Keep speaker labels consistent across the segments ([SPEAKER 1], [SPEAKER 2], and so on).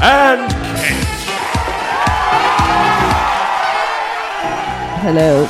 [SPEAKER 1] and Kate.
[SPEAKER 2] Hello.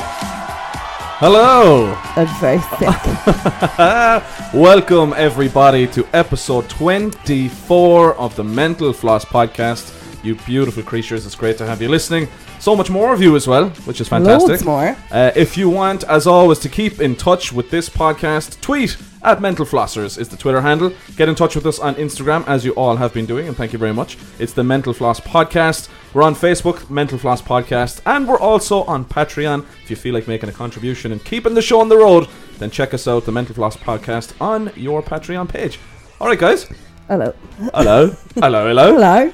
[SPEAKER 1] Hello!
[SPEAKER 2] I'm very sick.
[SPEAKER 1] Welcome, everybody, to episode 24 of the Mental Floss podcast. You beautiful creatures, it's great to have you listening. So much more of you as well, which is fantastic.
[SPEAKER 2] Loads more.
[SPEAKER 1] Uh, if you want, as always, to keep in touch with this podcast, tweet at Mental Flossers is the Twitter handle. Get in touch with us on Instagram, as you all have been doing, and thank you very much. It's the Mental Floss Podcast. We're on Facebook, Mental Floss Podcast, and we're also on Patreon. If you feel like making a contribution and keeping the show on the road, then check us out, the Mental Floss Podcast, on your Patreon page. All right, guys.
[SPEAKER 2] Hello.
[SPEAKER 1] Hello. hello, hello.
[SPEAKER 2] Hello.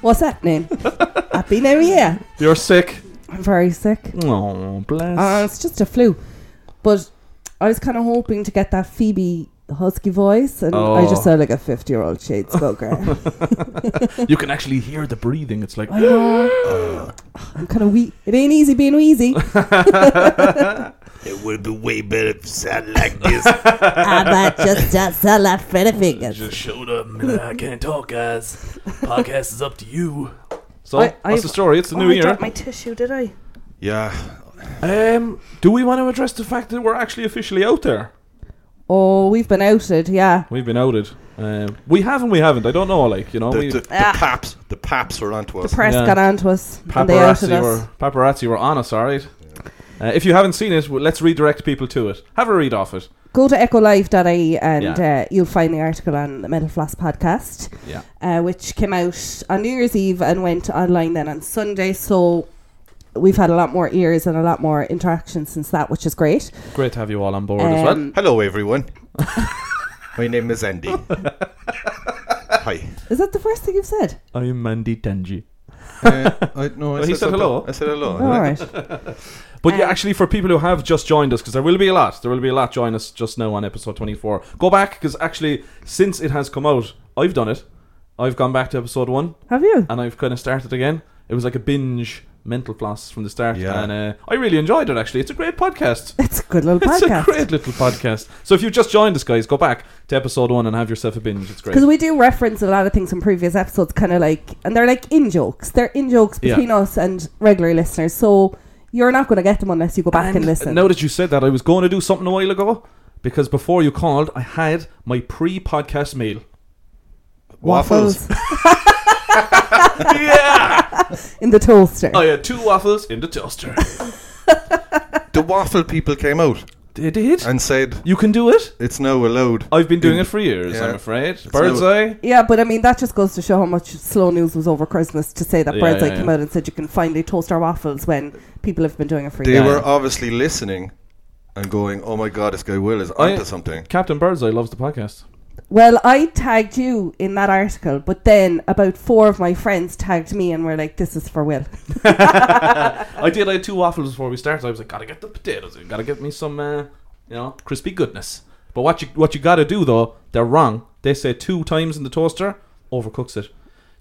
[SPEAKER 2] What's happening? Happy New Year.
[SPEAKER 1] You're sick.
[SPEAKER 2] I'm very sick.
[SPEAKER 1] Oh, bless.
[SPEAKER 2] Uh, it's just a flu. But I was kind of hoping to get that Phoebe husky voice, and I
[SPEAKER 1] Oh.
[SPEAKER 2] just sound like a 50 year old shade smoker.
[SPEAKER 1] you can actually hear the breathing. It's like.
[SPEAKER 2] I know. I'm kind of wee. It ain't easy being wheezy.
[SPEAKER 3] It would be way better if it sounded like this.
[SPEAKER 2] I might Ah, just just sell that Freddy fingers.
[SPEAKER 3] Showed up, man. I can't talk, guys. Podcast is up to you.
[SPEAKER 1] So,
[SPEAKER 2] I-
[SPEAKER 1] what's
[SPEAKER 2] I've-
[SPEAKER 1] the story? It's the
[SPEAKER 2] Oh,
[SPEAKER 1] new
[SPEAKER 2] I
[SPEAKER 1] year.
[SPEAKER 2] dropped my tissue, did I?
[SPEAKER 3] Yeah.
[SPEAKER 1] Um, do we want to address the fact that we're actually officially out there?
[SPEAKER 2] Oh, we've been outed, yeah.
[SPEAKER 1] We've been outed. Um, we haven't. We haven't. I don't know. Like you know,
[SPEAKER 3] The,
[SPEAKER 1] we,
[SPEAKER 3] the, the
[SPEAKER 2] Ah.
[SPEAKER 3] paps, the paps were onto
[SPEAKER 2] The
[SPEAKER 3] us.
[SPEAKER 2] press
[SPEAKER 1] Yeah.
[SPEAKER 2] got on to us, and they outed
[SPEAKER 1] paparazzi
[SPEAKER 2] us.
[SPEAKER 1] were paparazzi were on us. All right. Uh, if you haven't seen it, w- let's redirect people to it. Have a read off it.
[SPEAKER 2] Go to echolive.ie and
[SPEAKER 1] Yeah.
[SPEAKER 2] uh, you'll find the article on the Metal Floss podcast.
[SPEAKER 1] Yeah.
[SPEAKER 2] uh, which came out on New Year's Eve and went online then on Sunday. So we've had a lot more ears and a lot more interaction since that, which is great.
[SPEAKER 1] Great to have you all on board as well.
[SPEAKER 2] Um,
[SPEAKER 3] Hello, everyone. My name is Andy. Hi.
[SPEAKER 2] Is that the first thing you've said?
[SPEAKER 1] I'm Mandy Tanji.
[SPEAKER 3] Uh, I, no,
[SPEAKER 1] Well, he said
[SPEAKER 3] something.
[SPEAKER 1] hello.
[SPEAKER 3] I said hello.
[SPEAKER 2] All right.
[SPEAKER 1] But yeah,
[SPEAKER 2] Um,
[SPEAKER 1] actually, for people who have just joined us, because there will be a lot, there will be a lot join us just now on episode 24. Go back, because actually, since it has come out, I've done it. I've gone back to episode one,
[SPEAKER 2] Have you?
[SPEAKER 1] and I've kind of started again. It was like a binge mental floss from the start,
[SPEAKER 3] Yeah.
[SPEAKER 1] and uh, I really enjoyed it. Actually, it's a great podcast.
[SPEAKER 2] It's a good little
[SPEAKER 1] It's a
[SPEAKER 2] podcast.
[SPEAKER 1] great little podcast. So if you've just joined us, guys, go back to episode one and have yourself a binge. It's great.
[SPEAKER 2] Because we do reference a lot of things from previous episodes, kind of like, and they're like in jokes. They're in jokes
[SPEAKER 1] Yeah.
[SPEAKER 2] between us and regular listeners. So you're not going to get them unless you go back and, listen.
[SPEAKER 1] Now that you said that, I was going to do something a while ago because before you called, I had my pre-podcast meal.
[SPEAKER 3] Waffles.
[SPEAKER 1] yeah,
[SPEAKER 2] in the toaster.
[SPEAKER 1] I had two waffles in the toaster.
[SPEAKER 3] The waffle people came out
[SPEAKER 1] they did.
[SPEAKER 3] and said
[SPEAKER 1] You can do it.
[SPEAKER 3] it's now allowed.
[SPEAKER 1] I've been doing it for years.
[SPEAKER 3] Yeah.
[SPEAKER 1] I'm afraid.
[SPEAKER 3] It's
[SPEAKER 1] Bird's
[SPEAKER 3] no-
[SPEAKER 1] eye.
[SPEAKER 2] Yeah, but I mean that just goes to show how much slow news was over Christmas to say that
[SPEAKER 1] Yeah,
[SPEAKER 2] Birdseye
[SPEAKER 1] yeah,
[SPEAKER 2] came
[SPEAKER 1] yeah.
[SPEAKER 2] out and said you can finally toast our waffles when people have been doing it for
[SPEAKER 3] They
[SPEAKER 2] years.
[SPEAKER 3] were obviously listening and going, "Oh my god, this guy Will is
[SPEAKER 1] I-
[SPEAKER 3] onto something."
[SPEAKER 1] Captain Bird's eye loves the podcast.
[SPEAKER 2] Well, I tagged you in that article, but then about four of my friends tagged me and were like, "This is for Will."
[SPEAKER 1] I did. I had two waffles before we started. I was like, gotta get the potatoes. in, Gotta get me some, uh, you know, crispy goodness. But what you what you gotta do though, they're wrong. They say two times in the toaster overcooks it.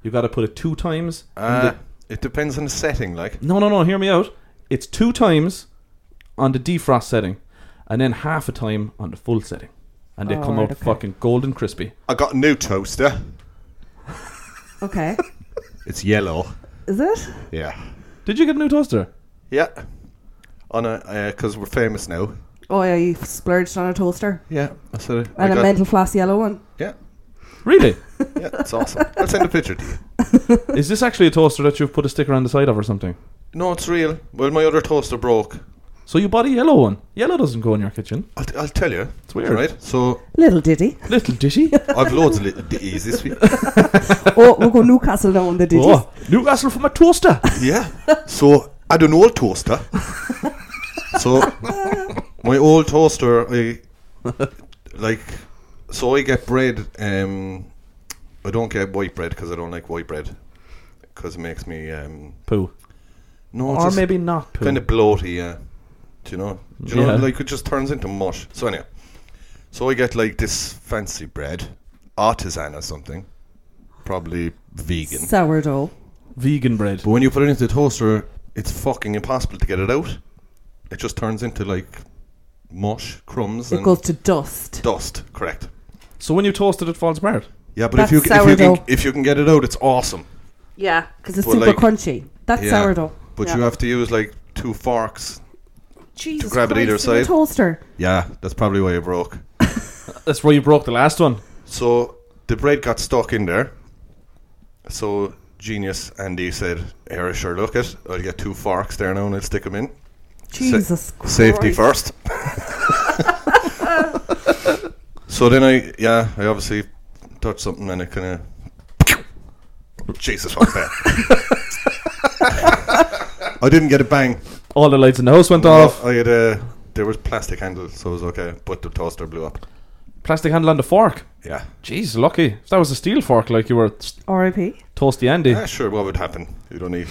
[SPEAKER 1] You gotta put it two times. in
[SPEAKER 3] Uh,
[SPEAKER 1] the-
[SPEAKER 3] it depends on the setting, like.
[SPEAKER 1] no, no, no. Hear me out. It's two times on the defrost setting, and then half a time on the full setting, and they
[SPEAKER 2] Oh,
[SPEAKER 1] come
[SPEAKER 2] right,
[SPEAKER 1] out
[SPEAKER 2] okay.
[SPEAKER 1] fucking golden crispy.
[SPEAKER 3] I got a new toaster.
[SPEAKER 2] Okay,
[SPEAKER 3] It's yellow.
[SPEAKER 2] is it?
[SPEAKER 3] Yeah.
[SPEAKER 1] Did you get a new toaster?
[SPEAKER 3] Yeah. On a because we're famous now.
[SPEAKER 2] Oh, yeah, you splurged on a toaster
[SPEAKER 3] Yeah. I said it. I
[SPEAKER 2] and a
[SPEAKER 3] got-
[SPEAKER 2] mental floss yellow one.
[SPEAKER 3] Yeah.
[SPEAKER 1] Really?
[SPEAKER 3] Yeah. It's awesome. I'll send a picture to you.
[SPEAKER 1] Is this actually a toaster that you've put a sticker on the side of or something?
[SPEAKER 3] No, it's real. Well, my other toaster broke.
[SPEAKER 1] So you bought a yellow one. Yellow doesn't go in your kitchen.
[SPEAKER 3] I'll, t- I'll tell you.
[SPEAKER 1] It's weird.
[SPEAKER 3] Right. So
[SPEAKER 2] Little diddy.
[SPEAKER 1] Little ditty.
[SPEAKER 3] I've loads of little ditties this week.
[SPEAKER 2] oh, we'll go Newcastle now on the ditties.
[SPEAKER 1] Oh, Newcastle for my toaster.
[SPEAKER 3] Yeah. So I had an old toaster. so my old toaster, I like. So I get bread. Um, I don't get white bread because I don't like white bread because it makes me um,
[SPEAKER 1] Poo.
[SPEAKER 3] no, it's
[SPEAKER 1] Or
[SPEAKER 3] just
[SPEAKER 1] maybe not poo.
[SPEAKER 3] kind of bloaty. Yeah. Do you know? Do you
[SPEAKER 1] Yeah.
[SPEAKER 3] know? Like it just turns into mush. So anyway, so I get like this fancy bread, artisan or something, probably vegan.
[SPEAKER 2] Sourdough.
[SPEAKER 1] vegan bread.
[SPEAKER 3] But when you put it into the toaster, it's fucking impossible to get it out. It just turns into like mush, crumbs,
[SPEAKER 2] It
[SPEAKER 3] and
[SPEAKER 2] goes to dust.
[SPEAKER 3] dust. Correct.
[SPEAKER 1] So when you toast it, it falls apart.
[SPEAKER 3] Yeah, but if you,
[SPEAKER 2] That's
[SPEAKER 3] if you can
[SPEAKER 2] sourdough.
[SPEAKER 3] if you can get it out, it's awesome.
[SPEAKER 2] Yeah, because it's
[SPEAKER 3] But
[SPEAKER 2] super
[SPEAKER 3] like-
[SPEAKER 2] crunchy. That's
[SPEAKER 3] Yeah.
[SPEAKER 2] sourdough.
[SPEAKER 3] But
[SPEAKER 2] Yeah.
[SPEAKER 3] you have to use like two forks.
[SPEAKER 2] Jesus
[SPEAKER 3] grab it
[SPEAKER 2] Christ,
[SPEAKER 3] either
[SPEAKER 2] in a
[SPEAKER 3] side.
[SPEAKER 2] toaster.
[SPEAKER 3] Yeah, that's probably why it broke.
[SPEAKER 1] That's why you broke the last one.
[SPEAKER 3] So the bread got stuck in there. So genius Andy said, "Here, sure, look it. I'll get two forks there now, and I'll stick them in.
[SPEAKER 2] Jesus Christ.
[SPEAKER 3] Safety first. so then I, yeah, I obviously touched something, and it kind of Jesus fuck that. I didn't get a bang.
[SPEAKER 1] All the lights in the house went off.
[SPEAKER 3] I had a there was plastic handle, so it was okay. But the toaster blew up.
[SPEAKER 1] Plastic handle on the fork.
[SPEAKER 3] Yeah.
[SPEAKER 1] Jeez, lucky. If that was a steel fork, like you were s-
[SPEAKER 2] R.I.P.
[SPEAKER 1] toasty Andy,
[SPEAKER 3] Yeah, Ah, sure. What would happen? You'd only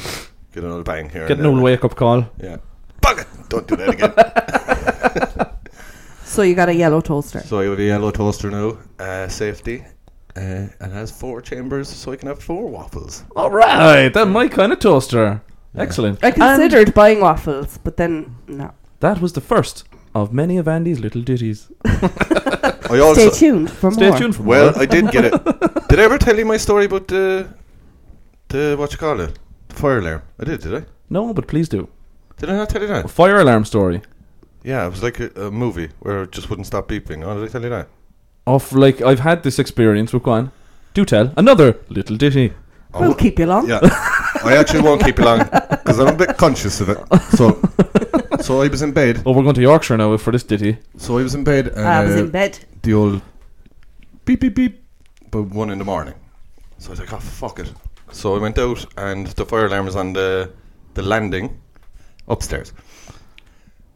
[SPEAKER 3] get an old bang here.
[SPEAKER 1] get
[SPEAKER 3] and
[SPEAKER 1] an old
[SPEAKER 3] there.
[SPEAKER 1] wake up call.
[SPEAKER 3] Yeah. Bug it! Don't do that again.
[SPEAKER 2] So you got a yellow toaster.
[SPEAKER 3] so I have a yellow toaster now, uh, safety, uh, and has four chambers, so I can have four waffles.
[SPEAKER 1] All right, then my kind of toaster. Excellent.
[SPEAKER 2] I considered buying waffles, but then no.
[SPEAKER 1] That was the first of many of Andy's little ditties.
[SPEAKER 3] I
[SPEAKER 2] Stay
[SPEAKER 3] also
[SPEAKER 2] tuned for
[SPEAKER 1] Stay
[SPEAKER 2] more.
[SPEAKER 1] tuned for
[SPEAKER 3] well,
[SPEAKER 1] more.
[SPEAKER 3] I did get it. Did I ever tell you my story about the the what you call it? The fire alarm. I did, did I?
[SPEAKER 1] no, but please do.
[SPEAKER 3] Did I not tell you
[SPEAKER 1] A
[SPEAKER 3] that?
[SPEAKER 1] fire alarm story.
[SPEAKER 3] Yeah, it was like a, a movie where it just wouldn't stop beeping. Oh, did I tell you that?
[SPEAKER 1] Of like, I've had this experience with one. Do tell another little ditty.
[SPEAKER 3] Oh,
[SPEAKER 2] We'll keep you long.
[SPEAKER 3] Yeah, I actually won't keep you long because I'm a bit conscious of it. So, so I was in bed.
[SPEAKER 1] Oh, we're going to Yorkshire now for this ditty.
[SPEAKER 3] So I was in bed, and
[SPEAKER 2] I was
[SPEAKER 3] uh,
[SPEAKER 2] in bed.
[SPEAKER 3] the old beep beep beep, but one in the morning. So I was like, oh fuck it. So I went out, and the fire alarm was on the the landing upstairs.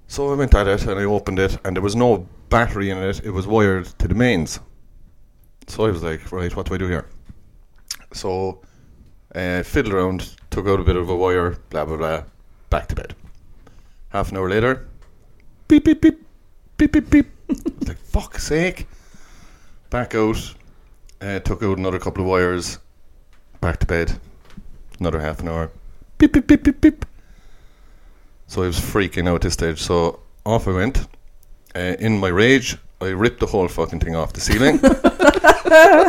[SPEAKER 3] So I went at it, and I opened it, and there was no battery in it. It was wired to the mains. So I was like, right, what do I do here? So uh, fiddled around, took out a bit of a wire, blah blah blah, back to bed. Half an hour later, beep beep beep, beep beep beep. It's like fuck's sake. Back out, uh, took out another couple of wires, back to bed, another half an hour, beep beep beep beep beep. So I was freaking out at this stage. So off I went. Uh, in my rage, I ripped the whole fucking thing off the ceiling.
[SPEAKER 1] I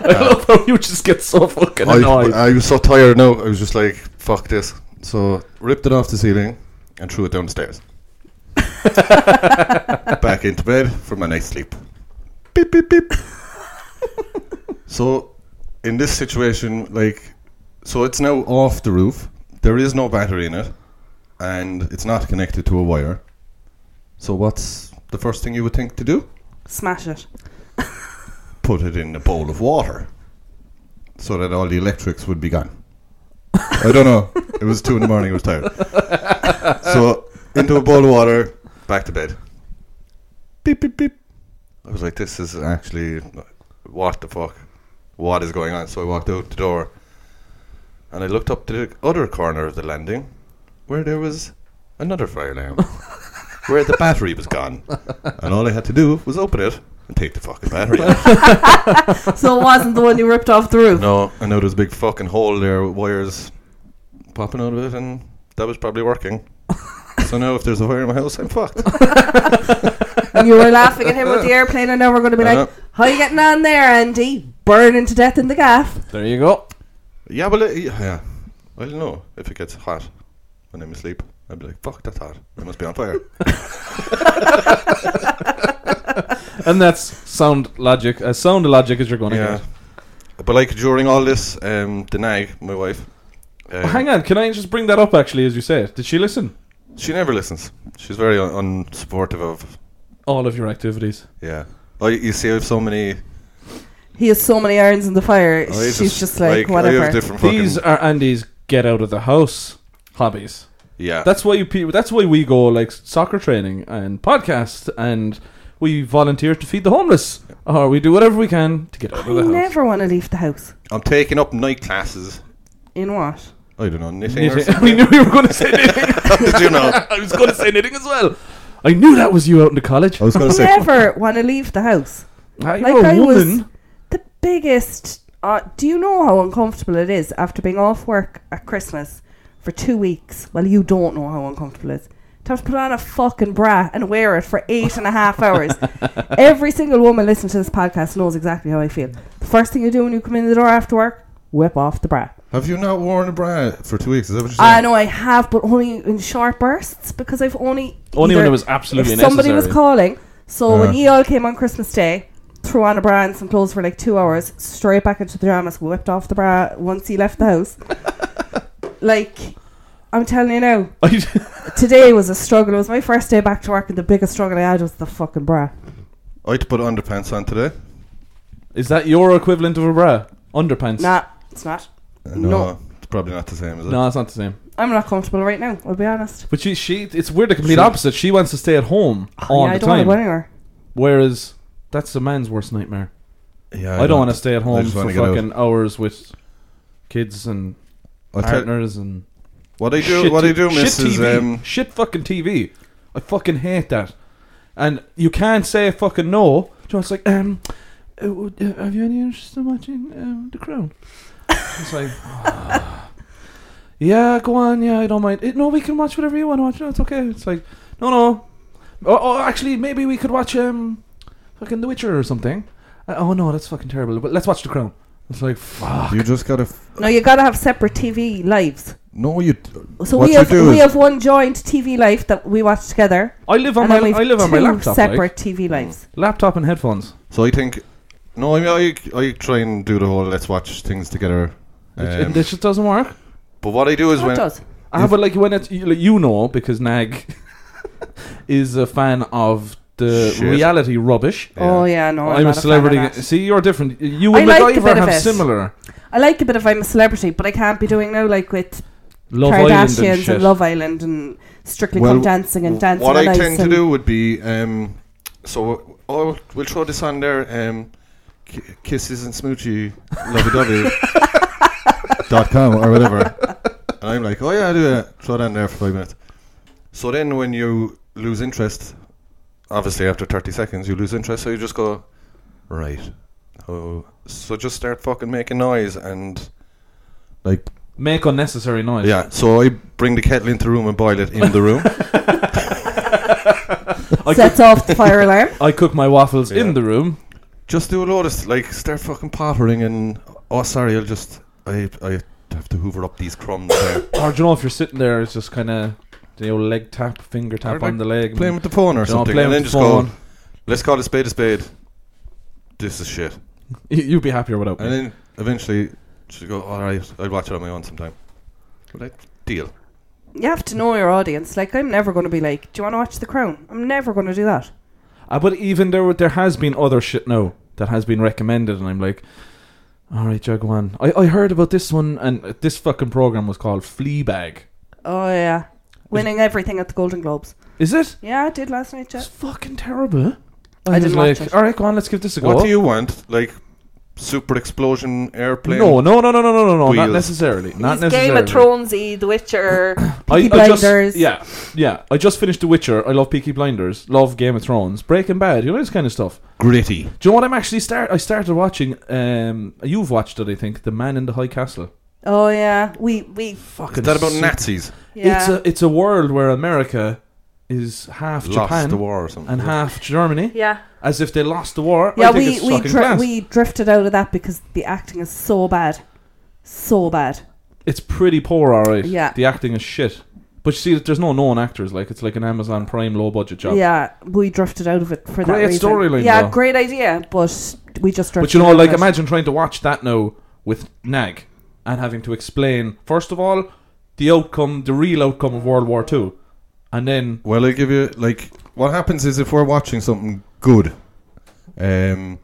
[SPEAKER 1] love how Oh, you just get so fucking
[SPEAKER 3] I,
[SPEAKER 1] annoyed.
[SPEAKER 3] I was so tired now. I was just like, fuck this. So ripped it off the ceiling and threw it down the stairs. Back into bed for my night's sleep. Beep beep beep. so in this situation, like so it's now off the roof. There is no battery in it. And it's not connected to a wire. So what's the first thing you would think to do?
[SPEAKER 2] Smash it.
[SPEAKER 3] put it in a bowl of water so that all the electrics would be gone. I don't know. It was two in the morning. I was tired. So into a bowl of water, back to bed. Beep beep beep. I was like, this is actually what the fuck? What is going on? So I walked out the door, and I looked up to the other corner of the landing, where there was another fire alarm, where the battery was gone, and all I had to do was open it and take the fucking battery out.
[SPEAKER 2] So it wasn't the one you ripped off the roof.
[SPEAKER 3] No, I know there's a big fucking hole there with wires popping out of it, and that was probably working. so now if there's a fire in my house, I'm fucked.
[SPEAKER 2] And you were laughing at him with the airplane, and now we're going to be like,
[SPEAKER 3] Uh-huh.
[SPEAKER 2] "How you getting on there, Andy? Burning to death in the gaff."
[SPEAKER 1] there you go.
[SPEAKER 3] yeah, well, it, yeah. I don't know if it gets hot when I'm asleep. I'd be like, fuck, that's hot. It must be on fire.
[SPEAKER 1] And that's sound logic. As sound logic as you're going to
[SPEAKER 3] yeah.
[SPEAKER 1] get.
[SPEAKER 3] But like during all this, um, the nag, my wife, uh,
[SPEAKER 1] Oh, hang on, can I just bring that up actually as you say it? Did she listen?
[SPEAKER 3] she never listens. She's very un- unsupportive of.
[SPEAKER 1] All of your activities.
[SPEAKER 3] Yeah. I, you see, I have so many.
[SPEAKER 2] He has so many irons in the fire.
[SPEAKER 3] I
[SPEAKER 2] She's just, like,
[SPEAKER 3] I have
[SPEAKER 2] whatever.
[SPEAKER 3] oh, different fucking-
[SPEAKER 1] These are Andy's get out of the house hobbies.
[SPEAKER 3] yeah.
[SPEAKER 1] That's why you. pe- That's why we go like soccer training and podcast, and we volunteer to feed the homeless, or we do whatever we can to get out
[SPEAKER 2] I
[SPEAKER 1] of the house.
[SPEAKER 2] never want to leave the house.
[SPEAKER 3] I'm taking up night classes.
[SPEAKER 2] In what?
[SPEAKER 3] I don't know, knitting, or
[SPEAKER 1] Knitting. we
[SPEAKER 3] something.
[SPEAKER 1] knew we were going to say knitting.
[SPEAKER 3] Did you know?
[SPEAKER 1] I was going to say knitting as well. I knew that was you out in the college.
[SPEAKER 3] I was going to say,
[SPEAKER 2] Never want to leave the house.
[SPEAKER 1] Ah,
[SPEAKER 2] Like
[SPEAKER 1] you're a
[SPEAKER 2] I was-
[SPEAKER 1] woman.
[SPEAKER 2] The biggest. Uh, do you know how uncomfortable it is after being off work at Christmas for two weeks? Well, you don't know how uncomfortable it is. To have to put on a fucking bra and wear it for eight and a half hours. Every single woman listening to this podcast knows exactly how I feel. The first thing you do when you come in the door after work, whip off the bra.
[SPEAKER 3] Have you not worn a bra for two weeks? Is that what you're saying?
[SPEAKER 2] I know I have, but only in short bursts because I've only
[SPEAKER 1] Only
[SPEAKER 2] either-
[SPEAKER 1] when it was absolutely
[SPEAKER 2] if somebody was
[SPEAKER 1] necessary. Uh-huh.
[SPEAKER 2] calling. So when
[SPEAKER 3] Yeah.
[SPEAKER 2] ye all came on Christmas Day, threw on a bra and some clothes for like two hours, straight back into pajamas, whipped off the bra once he left the house. like, I'm telling you now, today was a struggle. It was my first day back to work, and the biggest struggle I had was the fucking bra.
[SPEAKER 3] I had to put underpants on today.
[SPEAKER 1] Is that your equivalent of a bra? Underpants?
[SPEAKER 2] Nah, it's not.
[SPEAKER 3] Uh,
[SPEAKER 2] No.
[SPEAKER 3] it's probably not the same, is it?
[SPEAKER 1] No, it's not the same.
[SPEAKER 2] I'm not comfortable right now. I'll be honest.
[SPEAKER 1] But she, she it's we're the complete
[SPEAKER 3] She-
[SPEAKER 1] opposite. She wants to stay at home all
[SPEAKER 2] yeah, I
[SPEAKER 1] the
[SPEAKER 2] don't want to go
[SPEAKER 1] time,
[SPEAKER 2] anywhere.
[SPEAKER 1] whereas that's a man's worst nightmare.
[SPEAKER 3] Yeah,
[SPEAKER 1] I, don't want to stay at home
[SPEAKER 3] just
[SPEAKER 1] for
[SPEAKER 3] wanna get out.
[SPEAKER 1] fucking hours with kids and
[SPEAKER 3] I'll tell-
[SPEAKER 1] partners and
[SPEAKER 3] What I do,
[SPEAKER 1] shit
[SPEAKER 3] what I do,
[SPEAKER 1] t- shit
[SPEAKER 3] miss is
[SPEAKER 1] TV,
[SPEAKER 3] um,
[SPEAKER 1] shit fucking TV. I fucking hate that. And you can't say fucking no. So it's like, um, uh, w- uh, have you any interest in watching um, The Crown? It's like, yeah, go on, yeah, I don't mind. It, no, we can watch whatever you want to watch. No, it's okay. It's like, no, no. Or, or actually, maybe we could watch um, fucking The Witcher or something. Uh, oh no, that's fucking terrible. But let's watch The Crown. It's like, fuck.
[SPEAKER 3] you just gotta. F-
[SPEAKER 2] No, you gotta have separate TV lives.
[SPEAKER 3] no, you.
[SPEAKER 2] So
[SPEAKER 3] what
[SPEAKER 2] we
[SPEAKER 3] you
[SPEAKER 2] have
[SPEAKER 3] do
[SPEAKER 2] we
[SPEAKER 3] is
[SPEAKER 2] have one joined TV life that we watch together,
[SPEAKER 1] I live on
[SPEAKER 2] and
[SPEAKER 1] my
[SPEAKER 2] then we have
[SPEAKER 1] I live on
[SPEAKER 2] two
[SPEAKER 1] my laptop. like. Mm.
[SPEAKER 2] separate TV lives.
[SPEAKER 1] laptop and headphones.
[SPEAKER 3] So I think, no, I mean, I, I try and do the whole let's watch things together.
[SPEAKER 1] It-
[SPEAKER 3] Um,
[SPEAKER 1] it, this just doesn't work.
[SPEAKER 3] but what I do is
[SPEAKER 2] Oh, it
[SPEAKER 3] when
[SPEAKER 2] does.
[SPEAKER 1] I have like when it's you like, you know because Nag is a fan of the
[SPEAKER 3] Shit.
[SPEAKER 1] reality rubbish.
[SPEAKER 3] Yeah.
[SPEAKER 2] Oh yeah, no, I'm,
[SPEAKER 1] I'm a
[SPEAKER 2] not
[SPEAKER 1] celebrity.
[SPEAKER 2] A fan of that.
[SPEAKER 1] See, you're different. You
[SPEAKER 2] I
[SPEAKER 1] and
[SPEAKER 2] like the
[SPEAKER 1] MacGyver
[SPEAKER 2] bit of
[SPEAKER 1] have
[SPEAKER 2] it.
[SPEAKER 1] similar
[SPEAKER 2] I like a bit of I'm a celebrity, but I can't be doing now like with
[SPEAKER 1] Love Island
[SPEAKER 2] Kardashians
[SPEAKER 1] and
[SPEAKER 2] and,
[SPEAKER 1] shit.
[SPEAKER 2] Love Island and Strictly
[SPEAKER 3] Well,
[SPEAKER 2] Come Dancing and Dancing
[SPEAKER 3] what
[SPEAKER 2] on
[SPEAKER 3] I
[SPEAKER 2] Ice
[SPEAKER 3] tend to
[SPEAKER 2] and-
[SPEAKER 3] do would be um, so oh, we'll throw this on there um, ki- kisses and smoochie lovey dovey dot com or whatever and I'm like oh yeah I do that throw it on there for five minutes so then when you lose interest obviously after 30 seconds you lose interest so you just go right oh so just start fucking making noise and like
[SPEAKER 1] Make unnecessary noise.
[SPEAKER 3] yeah so I bring the kettle into the room and boil it in the room
[SPEAKER 1] I cook,
[SPEAKER 2] sets off the fire alarm.
[SPEAKER 1] I cook my waffles
[SPEAKER 3] Yeah.
[SPEAKER 1] in the room.
[SPEAKER 3] just do a lot of s- like start fucking pottering and oh sorry I'll just I I have to hoover up these crumbs there.
[SPEAKER 1] Or do you know if you're sitting there, it's just kind of you know leg tap, finger tap
[SPEAKER 3] Or,
[SPEAKER 1] on
[SPEAKER 3] like,
[SPEAKER 1] the leg.
[SPEAKER 3] playing with the phone or
[SPEAKER 1] you know,
[SPEAKER 3] something
[SPEAKER 1] playing
[SPEAKER 3] and then
[SPEAKER 1] with
[SPEAKER 3] just
[SPEAKER 1] the
[SPEAKER 3] go
[SPEAKER 1] phone.
[SPEAKER 3] let's call a spade a spade this is shit
[SPEAKER 1] You- You'd be happier without
[SPEAKER 3] and
[SPEAKER 1] me.
[SPEAKER 3] then eventually she go alright I'll watch it on my own sometime But I- deal
[SPEAKER 2] You have to know your audience. Like I'm never going to be like, do you want to watch The Crown? I'm never going to do that.
[SPEAKER 1] Uh, but even there, were- there has been other shit now that has been recommended, and I'm like, all right, Jaguan. I, I heard about this one, and uh, this fucking program was called Fleabag.
[SPEAKER 2] Oh yeah, winning everything at the Golden Globes.
[SPEAKER 1] Is it?
[SPEAKER 2] Yeah, I did last night, Jeff.
[SPEAKER 1] It's fucking terrible.
[SPEAKER 2] I
[SPEAKER 1] was
[SPEAKER 2] didn't
[SPEAKER 1] like,
[SPEAKER 2] watch it.
[SPEAKER 1] all right, go on, let's give this a go.
[SPEAKER 3] what do you want like super explosion airplane
[SPEAKER 1] no, no, no, no, no, no, no, no, not
[SPEAKER 3] Wheels.
[SPEAKER 1] necessarily.
[SPEAKER 2] These
[SPEAKER 1] Not necessarily.
[SPEAKER 2] Game of Thrones, The Witcher, Peaky
[SPEAKER 1] I
[SPEAKER 2] Blinders.
[SPEAKER 1] just, yeah, yeah. I just finished The Witcher. I love Peaky Blinders. Love Game of Thrones. Breaking Bad. You know this kind of stuff.
[SPEAKER 3] gritty
[SPEAKER 1] Do you know what I'm actually start? I started watching. Um, you've watched it, I think. The Man in the High Castle.
[SPEAKER 2] Oh yeah, we we
[SPEAKER 1] Fucking.
[SPEAKER 3] is that about
[SPEAKER 1] super-
[SPEAKER 3] Nazis
[SPEAKER 2] yeah.
[SPEAKER 1] It's a it's a world where America is half
[SPEAKER 3] lost
[SPEAKER 1] Japan
[SPEAKER 3] the war or something
[SPEAKER 1] and half Germany,
[SPEAKER 2] yeah,
[SPEAKER 1] as if they lost the war. I
[SPEAKER 2] yeah.
[SPEAKER 1] think
[SPEAKER 2] We
[SPEAKER 1] it's
[SPEAKER 2] we
[SPEAKER 1] fucking
[SPEAKER 2] dri-
[SPEAKER 1] class.
[SPEAKER 2] we drifted out of that because the acting is so bad, so bad.
[SPEAKER 1] It's pretty poor, all right.
[SPEAKER 2] Yeah.
[SPEAKER 1] The acting is shit. But you see, there's no known actors. Like it's like an Amazon Prime low budget job.
[SPEAKER 2] Yeah, we drifted out of it for that
[SPEAKER 1] Great
[SPEAKER 2] reason.
[SPEAKER 1] storyline,
[SPEAKER 2] Yeah,
[SPEAKER 1] though.
[SPEAKER 2] great idea, but we just drifted.
[SPEAKER 1] But you know,
[SPEAKER 2] out of
[SPEAKER 1] like
[SPEAKER 2] it.
[SPEAKER 1] imagine trying to watch that now with Nag and having to explain first of all the outcome, the real outcome of World War Two, and then
[SPEAKER 3] Well, I give you like what happens is if we're watching something good, um,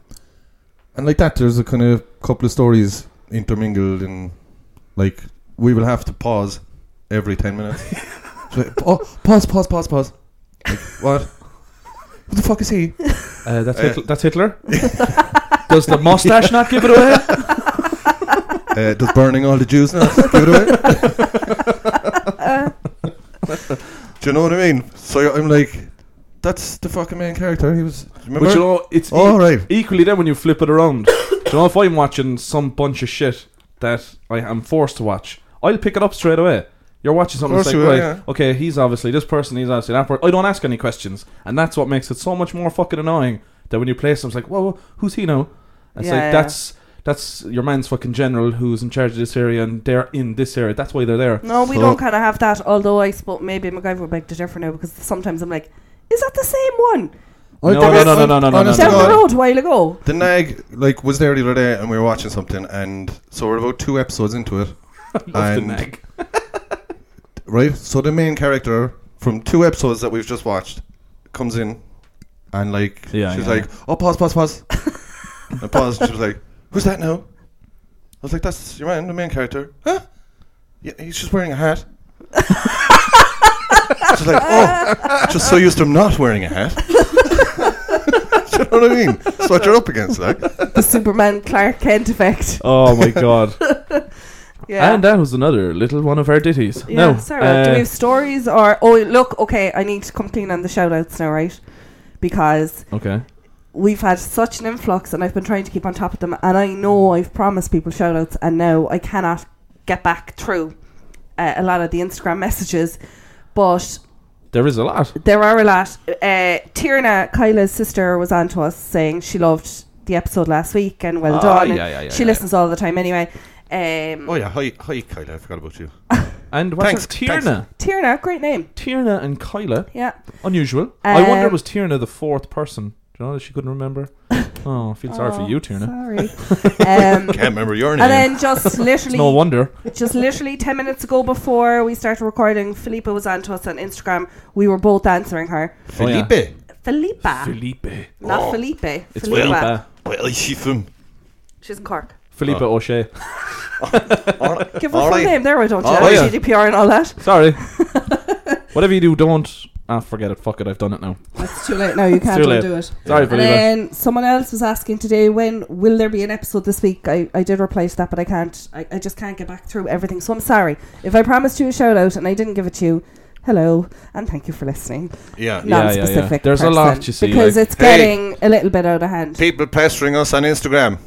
[SPEAKER 3] and like that, there's a kind of couple of stories intermingled, and like we will have to pause every ten minutes. So, like, oh, pause, pause, pause, pause. Like, what? Who the fuck is he?
[SPEAKER 1] uh, that's
[SPEAKER 3] Uh.
[SPEAKER 1] Hitler, that's Hitler. Does the mustache not give it away?
[SPEAKER 3] Uh, does burning all the Jews now give it away? Do you know what I mean? So I'm like, that's the fucking main character. He was. Remember?
[SPEAKER 1] But you know, it's e-
[SPEAKER 3] oh right.
[SPEAKER 1] equally then when you flip it around. do you know, if I'm watching some bunch of shit that I am forced to watch, I'll pick it up straight away. You're watching something
[SPEAKER 3] Course
[SPEAKER 1] it's like,
[SPEAKER 3] you will,
[SPEAKER 1] right,
[SPEAKER 3] yeah.
[SPEAKER 1] okay, he's obviously this person, he's obviously that person. I don't ask any questions, and that's what makes it so much more fucking annoying. That when you play something, it's like, whoa, whoa, who's he now? And it's
[SPEAKER 2] Yeah,
[SPEAKER 1] like
[SPEAKER 2] yeah.
[SPEAKER 1] that's that's your man's fucking general who's in charge of this area, and they're in this area. That's why they're there.
[SPEAKER 2] No, we
[SPEAKER 3] So-
[SPEAKER 2] don't kind of have that. Although I suppose maybe MacGyver would beg to differ now because sometimes I'm like, is that the same one
[SPEAKER 1] No, no, no, no, no, no, no,
[SPEAKER 3] Honest
[SPEAKER 1] no,
[SPEAKER 2] down
[SPEAKER 3] to
[SPEAKER 1] no.
[SPEAKER 2] the
[SPEAKER 3] God,
[SPEAKER 2] road a while ago?
[SPEAKER 3] The nag like was there the other day, and we were watching something, and so we're about two episodes into it,
[SPEAKER 1] Love the
[SPEAKER 3] And-
[SPEAKER 1] nag.
[SPEAKER 3] right? So the main character from two episodes that we've just watched comes in, and like
[SPEAKER 1] Yeah,
[SPEAKER 3] she's
[SPEAKER 1] yeah.
[SPEAKER 3] like, "Oh, pause, pause, pause," and pause. And she was like, "Who's that now?" I was like, "That's your man, the main character." Huh? Yeah, he's just wearing a hat. she's like, "Oh, just so used to him not wearing a hat." Do you know what I mean? That's what you're up against, like.
[SPEAKER 2] The Superman Clark Kent effect.
[SPEAKER 1] Oh my god!
[SPEAKER 2] Yeah.
[SPEAKER 1] And that was another little one of our ditties.
[SPEAKER 2] yeah,
[SPEAKER 1] no,
[SPEAKER 2] Sarah, do we
[SPEAKER 1] uh,
[SPEAKER 2] have stories or oh look, okay, I need to come clean on the shout outs now, right? Because
[SPEAKER 1] uh, okay.
[SPEAKER 2] we've had such an influx and I've been trying to keep on top of them and I know I've promised people shout outs and now I cannot get back through uh, a lot of the Instagram messages but
[SPEAKER 1] There is a lot.
[SPEAKER 2] there are a lot uh, Tierna Kyla's sister was on to us saying she loved the episode last week and well
[SPEAKER 1] Ah,
[SPEAKER 2] done and
[SPEAKER 1] yeah, yeah, yeah,
[SPEAKER 2] she
[SPEAKER 1] yeah.
[SPEAKER 2] listens all the time anyway um,
[SPEAKER 3] Oh yeah, hi, hi, Kyla. I forgot about you.
[SPEAKER 1] And what's
[SPEAKER 3] Thanks,
[SPEAKER 1] thanks, Tierna?
[SPEAKER 2] Tierna great name
[SPEAKER 1] Tierna and Kyla.
[SPEAKER 2] yeah
[SPEAKER 1] Unusual. I wonder
[SPEAKER 2] Um,
[SPEAKER 1] was Tierna the fourth person? Do you know that she couldn't remember? Oh, I feel sorry for
[SPEAKER 2] Oh,
[SPEAKER 1] you, Tierna.
[SPEAKER 2] sorry um,
[SPEAKER 3] Can't remember your name.
[SPEAKER 2] and then just literally
[SPEAKER 1] No wonder.
[SPEAKER 2] just literally 10 minutes ago before we started recording Felipa was on to us on Instagram we were both answering her
[SPEAKER 1] Oh, yeah.
[SPEAKER 3] Felipe.
[SPEAKER 2] Felipa
[SPEAKER 1] Felipe.
[SPEAKER 2] not
[SPEAKER 3] Oh.
[SPEAKER 2] Felipe
[SPEAKER 1] It's
[SPEAKER 2] Felipa
[SPEAKER 1] Felipe.
[SPEAKER 3] Where is she from?
[SPEAKER 2] she's in Cork
[SPEAKER 1] Felipe
[SPEAKER 3] Oh.
[SPEAKER 1] O'Shea.
[SPEAKER 3] Or-
[SPEAKER 2] give her
[SPEAKER 3] or
[SPEAKER 2] full
[SPEAKER 3] I-
[SPEAKER 2] name there I don't you
[SPEAKER 3] Oh, yeah.
[SPEAKER 2] GDPR and all that
[SPEAKER 1] Sorry. Whatever you do, don't. Ah, forget it. Fuck it. I've done it now.
[SPEAKER 2] it's too late now you can't
[SPEAKER 1] too late.
[SPEAKER 2] undo it
[SPEAKER 1] Sorry,
[SPEAKER 2] and
[SPEAKER 1] Felipe.
[SPEAKER 2] then someone else was asking today when will there be an episode this week I, I did reply to that but I can't I, I just can't get back through everything so I'm sorry if I promised you a shout out and I didn't give it to you hello and thank you for listening
[SPEAKER 3] Yeah.
[SPEAKER 1] Yeah.
[SPEAKER 2] non-specific.
[SPEAKER 1] There's a
[SPEAKER 2] person,
[SPEAKER 1] lot, you see,
[SPEAKER 2] because
[SPEAKER 1] like-
[SPEAKER 2] it's
[SPEAKER 3] Hey.
[SPEAKER 2] getting a little bit out of hand.
[SPEAKER 3] People pestering us on Instagram.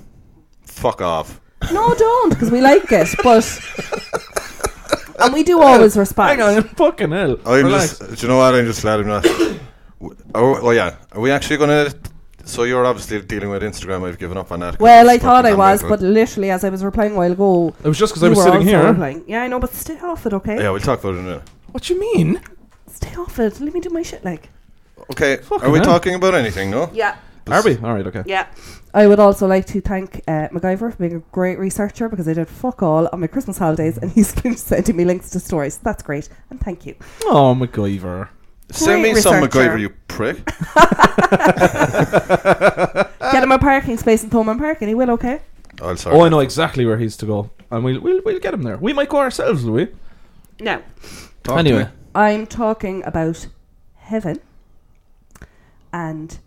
[SPEAKER 3] Fuck off.
[SPEAKER 2] No, don't, because we like it, but and we do always respond.
[SPEAKER 1] Hang on. Fucking hell.
[SPEAKER 3] I'm
[SPEAKER 1] Relax.
[SPEAKER 3] just. Do Oh, you know what? I'm just glad I'm not. W- oh, oh yeah. Are we actually gonna? So you're obviously dealing with Instagram. I've given up on that. 'cause
[SPEAKER 2] Well,
[SPEAKER 3] it's
[SPEAKER 2] I thought I
[SPEAKER 3] fucking
[SPEAKER 2] was,
[SPEAKER 3] mental.
[SPEAKER 2] but literally as I was replying a while ago,
[SPEAKER 1] It was just because I
[SPEAKER 2] you
[SPEAKER 1] was
[SPEAKER 2] were
[SPEAKER 1] sitting
[SPEAKER 2] also
[SPEAKER 1] here.
[SPEAKER 2] replying. Yeah, I know, but stay off it, okay?
[SPEAKER 3] Yeah, we'll talk about it in a minute.
[SPEAKER 1] What you mean?
[SPEAKER 2] Stay off it. Let me do my shit, like.
[SPEAKER 3] Okay.
[SPEAKER 1] Fucking
[SPEAKER 3] are we
[SPEAKER 1] hell.
[SPEAKER 3] talking about anything? No.
[SPEAKER 2] Yeah,
[SPEAKER 1] Are we? All right. Okay.
[SPEAKER 2] yeah. I would also like to thank uh, MacGyver for being a great researcher because I did fuck all on my Christmas holidays, and he's been sending me links to stories. That's great, and thank you.
[SPEAKER 1] Oh, MacGyver.
[SPEAKER 3] Send me
[SPEAKER 2] Great
[SPEAKER 3] some
[SPEAKER 2] researcher.
[SPEAKER 3] MacGyver, you prick.
[SPEAKER 1] Uh,
[SPEAKER 2] Get him a parking space in Thoman Park, and he will, okay?
[SPEAKER 3] Oh, sorry.
[SPEAKER 1] Oh, I know exactly where he's to go, and we'll we'll, we'll get him there. We might go ourselves, will we?
[SPEAKER 2] No.
[SPEAKER 3] Talk to
[SPEAKER 1] anyway.
[SPEAKER 3] me.
[SPEAKER 2] I'm talking about heaven and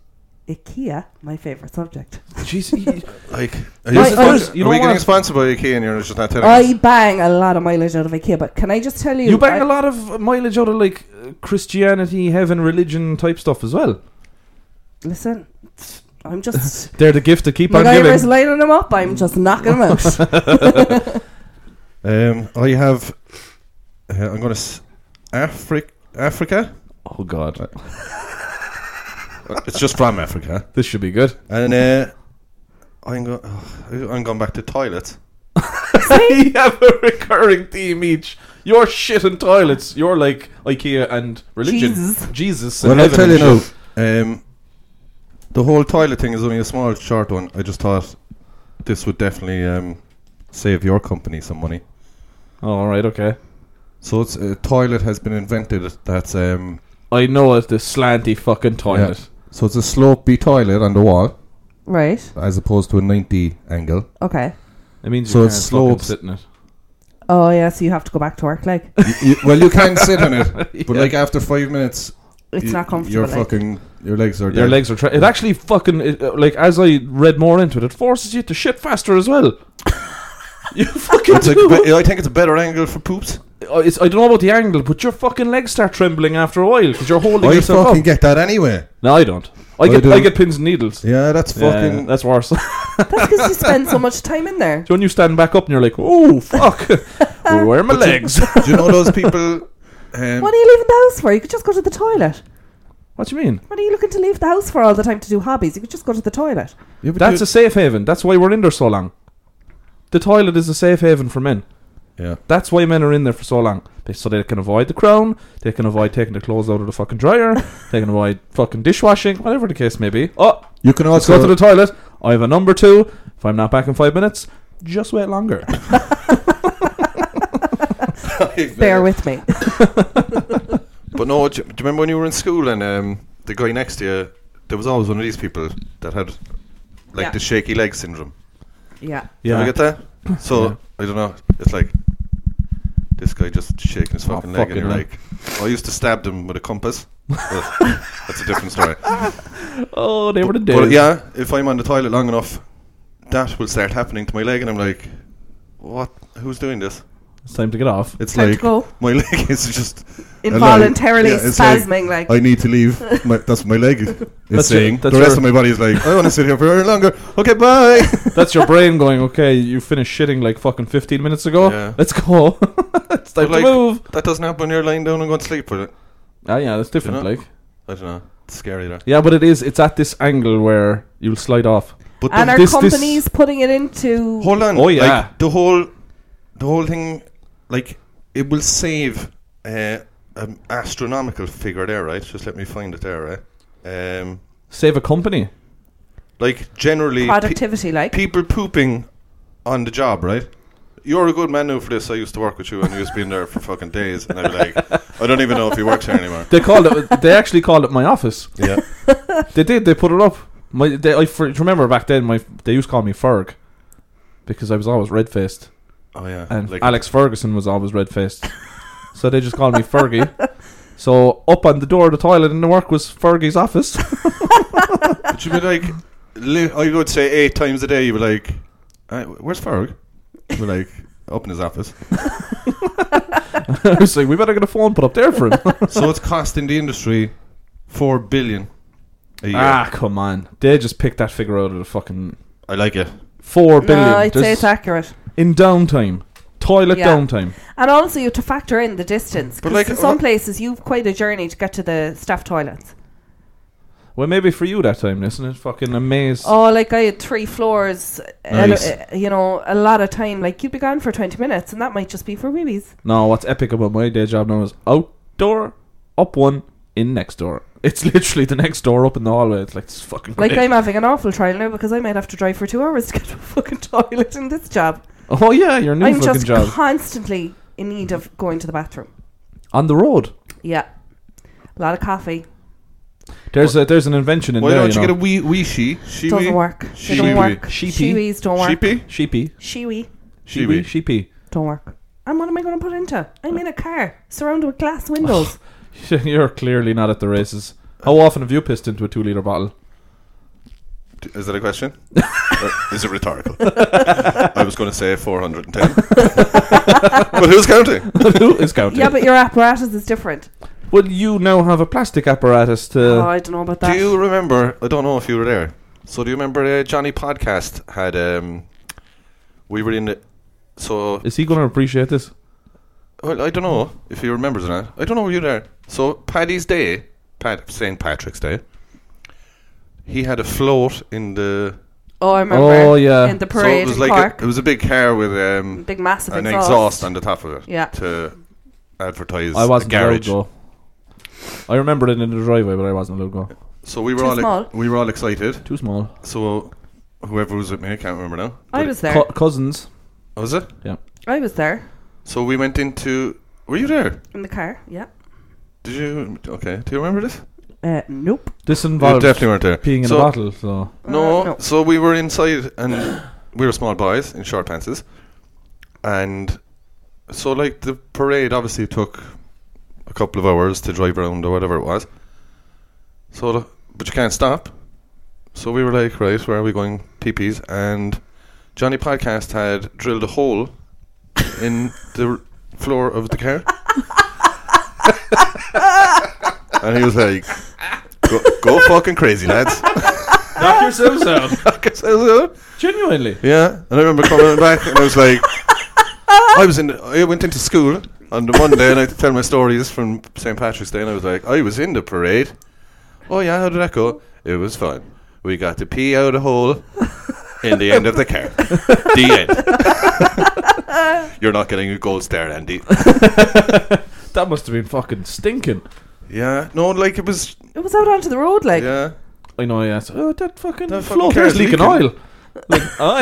[SPEAKER 2] IKEA, my favourite subject.
[SPEAKER 1] Jeez, he-
[SPEAKER 3] Like, are you,
[SPEAKER 2] I-
[SPEAKER 3] spons-
[SPEAKER 1] I- you
[SPEAKER 3] are we
[SPEAKER 1] know
[SPEAKER 3] getting
[SPEAKER 1] what?
[SPEAKER 3] sponsored by Ikea and you're just not telling us?
[SPEAKER 2] I bang a lot of mileage out of IKEA, but can I just tell you?
[SPEAKER 1] you bang
[SPEAKER 2] I-
[SPEAKER 1] a lot of mileage out of like uh, Christianity, heaven, religion type stuff as well.
[SPEAKER 2] Listen, I'm just.
[SPEAKER 1] They're the gift to keep on
[SPEAKER 2] MacGyver's
[SPEAKER 1] giving.
[SPEAKER 2] lining them up. I'm just knocking them out.
[SPEAKER 3] Um, I have. Uh, I'm going to. S- Afri- Africa?
[SPEAKER 1] Oh God,
[SPEAKER 3] It's just from Africa.
[SPEAKER 1] this should be good.
[SPEAKER 3] And uh, I'm, go- I'm going back to toilets.
[SPEAKER 1] we have a recurring theme each. Your shit and toilets. You're like IKEA and religion.
[SPEAKER 2] Jesus.
[SPEAKER 1] Jesus
[SPEAKER 3] Well,
[SPEAKER 1] and
[SPEAKER 3] I'll
[SPEAKER 1] heaven
[SPEAKER 3] tell
[SPEAKER 1] and
[SPEAKER 3] you now.
[SPEAKER 1] shit.
[SPEAKER 3] Um, the whole toilet thing is only a small, short one. I just thought this would definitely um, save your company some money.
[SPEAKER 1] Oh, all right, okay.
[SPEAKER 3] So it's a toilet has been invented that's um,
[SPEAKER 1] I know it's the slanty fucking toilet.
[SPEAKER 3] so it's a slopey toilet on the wall
[SPEAKER 2] right.
[SPEAKER 3] as opposed to a 90 angle.
[SPEAKER 2] Okay.
[SPEAKER 1] It means you
[SPEAKER 3] So it
[SPEAKER 1] can't fucking
[SPEAKER 3] slopes.
[SPEAKER 1] sit in it.
[SPEAKER 2] Oh yeah. So you have to go back to work. Like
[SPEAKER 3] You- well, you can sit on it, but like after five minutes,
[SPEAKER 2] it's
[SPEAKER 3] you-
[SPEAKER 2] not comfortable.
[SPEAKER 3] Your
[SPEAKER 2] like.
[SPEAKER 3] fucking your legs are
[SPEAKER 1] Your
[SPEAKER 3] dead.
[SPEAKER 1] legs are. Tra- it actually fucking it, uh, like as I read more into it, it forces you to shit faster as well. you fucking
[SPEAKER 3] It's a
[SPEAKER 1] do.
[SPEAKER 3] be- I think it's a better angle for poops.
[SPEAKER 1] Uh, it's, I don't know about the angle, but your fucking legs start trembling after a while because you're holding
[SPEAKER 3] I
[SPEAKER 1] yourself oh.
[SPEAKER 3] fucking
[SPEAKER 1] up.
[SPEAKER 3] get that anyway.
[SPEAKER 1] no, I don't. I
[SPEAKER 3] I
[SPEAKER 1] get I
[SPEAKER 3] don't.
[SPEAKER 1] get pins and needles.
[SPEAKER 3] Yeah, that's
[SPEAKER 1] Yeah,
[SPEAKER 3] fucking.
[SPEAKER 1] that's worse. so
[SPEAKER 2] That's because you spend so much time in there.
[SPEAKER 1] when you stand back up and you're like, oh fuck, where are my legs?
[SPEAKER 3] Do you know those people? Um,
[SPEAKER 2] What are you leaving the house for? You could just go to the toilet.
[SPEAKER 1] what do you mean?
[SPEAKER 2] What are you looking to leave the house for all the time to do hobbies? You could just go to the toilet.
[SPEAKER 3] yeah, but
[SPEAKER 1] That's
[SPEAKER 3] you-
[SPEAKER 1] a safe haven. That's why we're in there so long. The toilet is a safe haven for men.
[SPEAKER 3] Yeah.
[SPEAKER 1] That's why men are in there for so long. They, so they can avoid the crown, they can avoid taking their clothes out of the fucking dryer, they can avoid fucking dishwashing, whatever the case may be. Oh,
[SPEAKER 4] You can
[SPEAKER 1] let's
[SPEAKER 4] also
[SPEAKER 1] go to the toilet. I have a number two. If I'm not back in five minutes, just wait longer.
[SPEAKER 2] Bear with me.
[SPEAKER 3] But no, do you, do you remember when you were in school and um, the guy next to you, there was always one of these people that had like
[SPEAKER 2] Yeah.
[SPEAKER 3] the shaky leg syndrome.
[SPEAKER 2] Yeah.
[SPEAKER 1] yeah.
[SPEAKER 3] Yeah. Ever get that? So
[SPEAKER 1] Yeah.
[SPEAKER 3] I don't know. It's like this guy just shaking his
[SPEAKER 1] Oh,
[SPEAKER 3] fucking leg, and
[SPEAKER 1] fucking
[SPEAKER 3] you're
[SPEAKER 1] leg.
[SPEAKER 3] like, "Oh, I used to stab them with a compass. But that's a different story.
[SPEAKER 1] Oh, they were the days.
[SPEAKER 3] But yeah, if I'm on the toilet long enough, that will start happening to my leg, and I'm like, what? Who's doing this?
[SPEAKER 1] It's time to get off.
[SPEAKER 3] It's
[SPEAKER 2] Time to
[SPEAKER 3] like
[SPEAKER 2] go.
[SPEAKER 3] my leg is just
[SPEAKER 2] Involuntarily
[SPEAKER 3] Yeah, it's like-
[SPEAKER 2] spasming like,
[SPEAKER 4] I need to leave. My, that's what my leg is
[SPEAKER 1] That's
[SPEAKER 4] saying.
[SPEAKER 1] your- that's
[SPEAKER 4] the rest
[SPEAKER 1] your-
[SPEAKER 4] of my body is like,
[SPEAKER 3] I want to sit here for longer. Okay, bye.
[SPEAKER 1] That's your brain going, okay, you finished shitting like fucking 15 minutes ago.
[SPEAKER 3] Yeah.
[SPEAKER 1] Let's go. it's time
[SPEAKER 3] But, like,
[SPEAKER 1] to move.
[SPEAKER 3] That doesn't happen when you're lying down and going to sleep. But
[SPEAKER 1] Ah, yeah, that's different,
[SPEAKER 3] You know?
[SPEAKER 1] like.
[SPEAKER 3] I don't know. It's scary that.
[SPEAKER 1] Yeah, but it is. It's at this angle where you'll slide off.
[SPEAKER 3] But
[SPEAKER 2] and
[SPEAKER 3] the,
[SPEAKER 2] our
[SPEAKER 1] this- this-
[SPEAKER 2] companies putting it into
[SPEAKER 3] hold on.
[SPEAKER 1] Oh, yeah.
[SPEAKER 3] Like, the whole, the whole thing, like it will save uh, an astronomical figure there, right? Just let me find it there, right? Um,
[SPEAKER 1] Save a company.
[SPEAKER 3] like generally, pe-
[SPEAKER 2] productivity, like
[SPEAKER 3] people pooping on the job, right? You're a good man now for this. I used to work with you, and you've been there for fucking days. And I'm like, I don't even know if he works here anymore.
[SPEAKER 1] They called it. they actually called it my office.
[SPEAKER 3] Yeah,
[SPEAKER 1] They did. They put it up. My, they, I for, remember back then. My they used to call me Ferg because I was always red faced,
[SPEAKER 3] oh yeah.
[SPEAKER 1] and Alex Ferguson was always red faced. so they just called me Fergie. So up on the door of the toilet in the work was Fergie's office.
[SPEAKER 3] But you'd be like, li- I would say eight times a day, you'd be like, "Uh, where's Farg? You'd be like, up in his office.
[SPEAKER 1] I was like, we better get a phone put up there for him.
[SPEAKER 3] so it's costing the industry four billion a year.
[SPEAKER 1] ah, come on. They just picked that figure out of the fucking
[SPEAKER 3] I like it.
[SPEAKER 1] four billion.
[SPEAKER 2] no, I'd say
[SPEAKER 1] There's-
[SPEAKER 2] it's accurate.
[SPEAKER 1] in downtime, toilet
[SPEAKER 2] Yeah.
[SPEAKER 1] downtime.
[SPEAKER 2] And also, you have to factor in the distance.
[SPEAKER 3] But
[SPEAKER 2] Because
[SPEAKER 3] like, uh,
[SPEAKER 2] in some
[SPEAKER 3] wha-
[SPEAKER 2] places, you've quite a journey to get to the staff toilets.
[SPEAKER 1] Well, maybe for you that time, isn't it? Fucking amazed.
[SPEAKER 2] Oh, like I had three floors. uh,
[SPEAKER 3] Nice.
[SPEAKER 2] uh, you know, a lot of time. Like you'd be gone for twenty minutes, and that might just be for babies.
[SPEAKER 1] No, what's epic about my day job now is outdoor, up one, in next door. It's literally the next door up in the hallway. It's like this fucking.
[SPEAKER 2] Like
[SPEAKER 1] great.
[SPEAKER 2] I'm having an awful trial now because I might have to drive for two hours to get to a fucking toilet in this job.
[SPEAKER 1] oh yeah, your new
[SPEAKER 2] I'm
[SPEAKER 1] fucking
[SPEAKER 2] just
[SPEAKER 1] job
[SPEAKER 2] constantly in need of going to the bathroom.
[SPEAKER 1] on the road.
[SPEAKER 2] Yeah, a lot of coffee
[SPEAKER 1] There's a there's an invention in
[SPEAKER 3] Why
[SPEAKER 1] there.
[SPEAKER 3] don't you,
[SPEAKER 1] you
[SPEAKER 3] get a
[SPEAKER 1] know.
[SPEAKER 3] wee wee she? She
[SPEAKER 2] doesn't work. They
[SPEAKER 3] Shiwi.
[SPEAKER 2] don't work.
[SPEAKER 1] Sheepy.
[SPEAKER 2] Shiwis don't work.
[SPEAKER 3] Sheepy?
[SPEAKER 1] sheepy,
[SPEAKER 2] Shiwi
[SPEAKER 1] sheepy,
[SPEAKER 3] Sheepy.
[SPEAKER 1] sheepy?
[SPEAKER 2] don't work. And what am I going to put into? I'm in a car surrounded with glass windows.
[SPEAKER 1] You're clearly not at the races. How often have you pissed into a two liter bottle?
[SPEAKER 3] D- Is that a question? Or is it rhetorical? I was going to say 410. but who's counting?
[SPEAKER 1] Who is counting?
[SPEAKER 2] yeah, but your apparatus is different.
[SPEAKER 3] Uh,
[SPEAKER 1] well, you now have a plastic apparatus
[SPEAKER 2] oh,
[SPEAKER 1] to.
[SPEAKER 2] I don't know about that.
[SPEAKER 3] Do you remember? I don't know if you were there. So do you remember uh, Johnny Podcast had. um We were in the. So
[SPEAKER 1] Is he going to appreciate this?
[SPEAKER 3] Well, I don't know if he remembers or not. I don't know were you there. So Paddy's Day, Pat, St. Patrick's Day. He had a float in the.
[SPEAKER 2] Oh, I remember.
[SPEAKER 1] Oh, yeah.
[SPEAKER 2] In the
[SPEAKER 3] so
[SPEAKER 2] parade
[SPEAKER 3] it was
[SPEAKER 2] in
[SPEAKER 3] like
[SPEAKER 2] Cork.
[SPEAKER 3] A, it was a big car with um,
[SPEAKER 2] big massive
[SPEAKER 3] an
[SPEAKER 2] exhaust.
[SPEAKER 3] exhaust. on the top of it.
[SPEAKER 2] Yeah.
[SPEAKER 3] To advertise
[SPEAKER 1] I wasn't
[SPEAKER 3] a
[SPEAKER 1] allowed
[SPEAKER 3] garage.
[SPEAKER 1] to go. I remembered it in the driveway, but I wasn't allowed to go.
[SPEAKER 3] So we were
[SPEAKER 2] Too
[SPEAKER 3] all
[SPEAKER 2] small.
[SPEAKER 3] we were all excited.
[SPEAKER 1] Too small.
[SPEAKER 3] So whoever was with me, I can't remember now.
[SPEAKER 2] I
[SPEAKER 3] But-
[SPEAKER 2] was there.
[SPEAKER 1] Cou- cousins.
[SPEAKER 3] Was it?
[SPEAKER 2] I was there
[SPEAKER 3] So we went into. Were you there?
[SPEAKER 2] in the car. Yeah.
[SPEAKER 3] Did you? Okay. Do you remember this?
[SPEAKER 2] Uh, nope.
[SPEAKER 1] This
[SPEAKER 3] You
[SPEAKER 1] involved
[SPEAKER 3] definitely weren't there.
[SPEAKER 1] peeing in
[SPEAKER 3] So-
[SPEAKER 1] a bottle. So
[SPEAKER 3] No,
[SPEAKER 2] Uh, no.
[SPEAKER 3] So we were inside, and we were small boys in short pantses, and so like the parade obviously took a couple of hours to drive around or whatever it was. So, the- but you can't stop. So we were like, right, where are we going? Peepees and Johnny Podcast had drilled a hole in the r- floor of the car. and he was like, go, go fucking crazy, lads.
[SPEAKER 1] knock yourselves out. Genuinely.
[SPEAKER 3] Yeah, and I remember coming back and I was like, I was in, I went into school on the Monday and I tell my stories from St. Patrick's Day and I was like, I was in the parade. Oh yeah, how did that go? It was fun. We got to pee out a hole in the end of the car. the end. You're not getting a gold star, Andy.
[SPEAKER 1] That must have been fucking stinking.
[SPEAKER 3] Yeah, no, like it was.
[SPEAKER 2] It was out onto the road, like.
[SPEAKER 3] Yeah,
[SPEAKER 1] I know, yeah. So, oh, that fucking
[SPEAKER 3] That fucking
[SPEAKER 1] float
[SPEAKER 3] car's
[SPEAKER 1] there's leaking
[SPEAKER 3] leaking.
[SPEAKER 1] oil. Like, oh,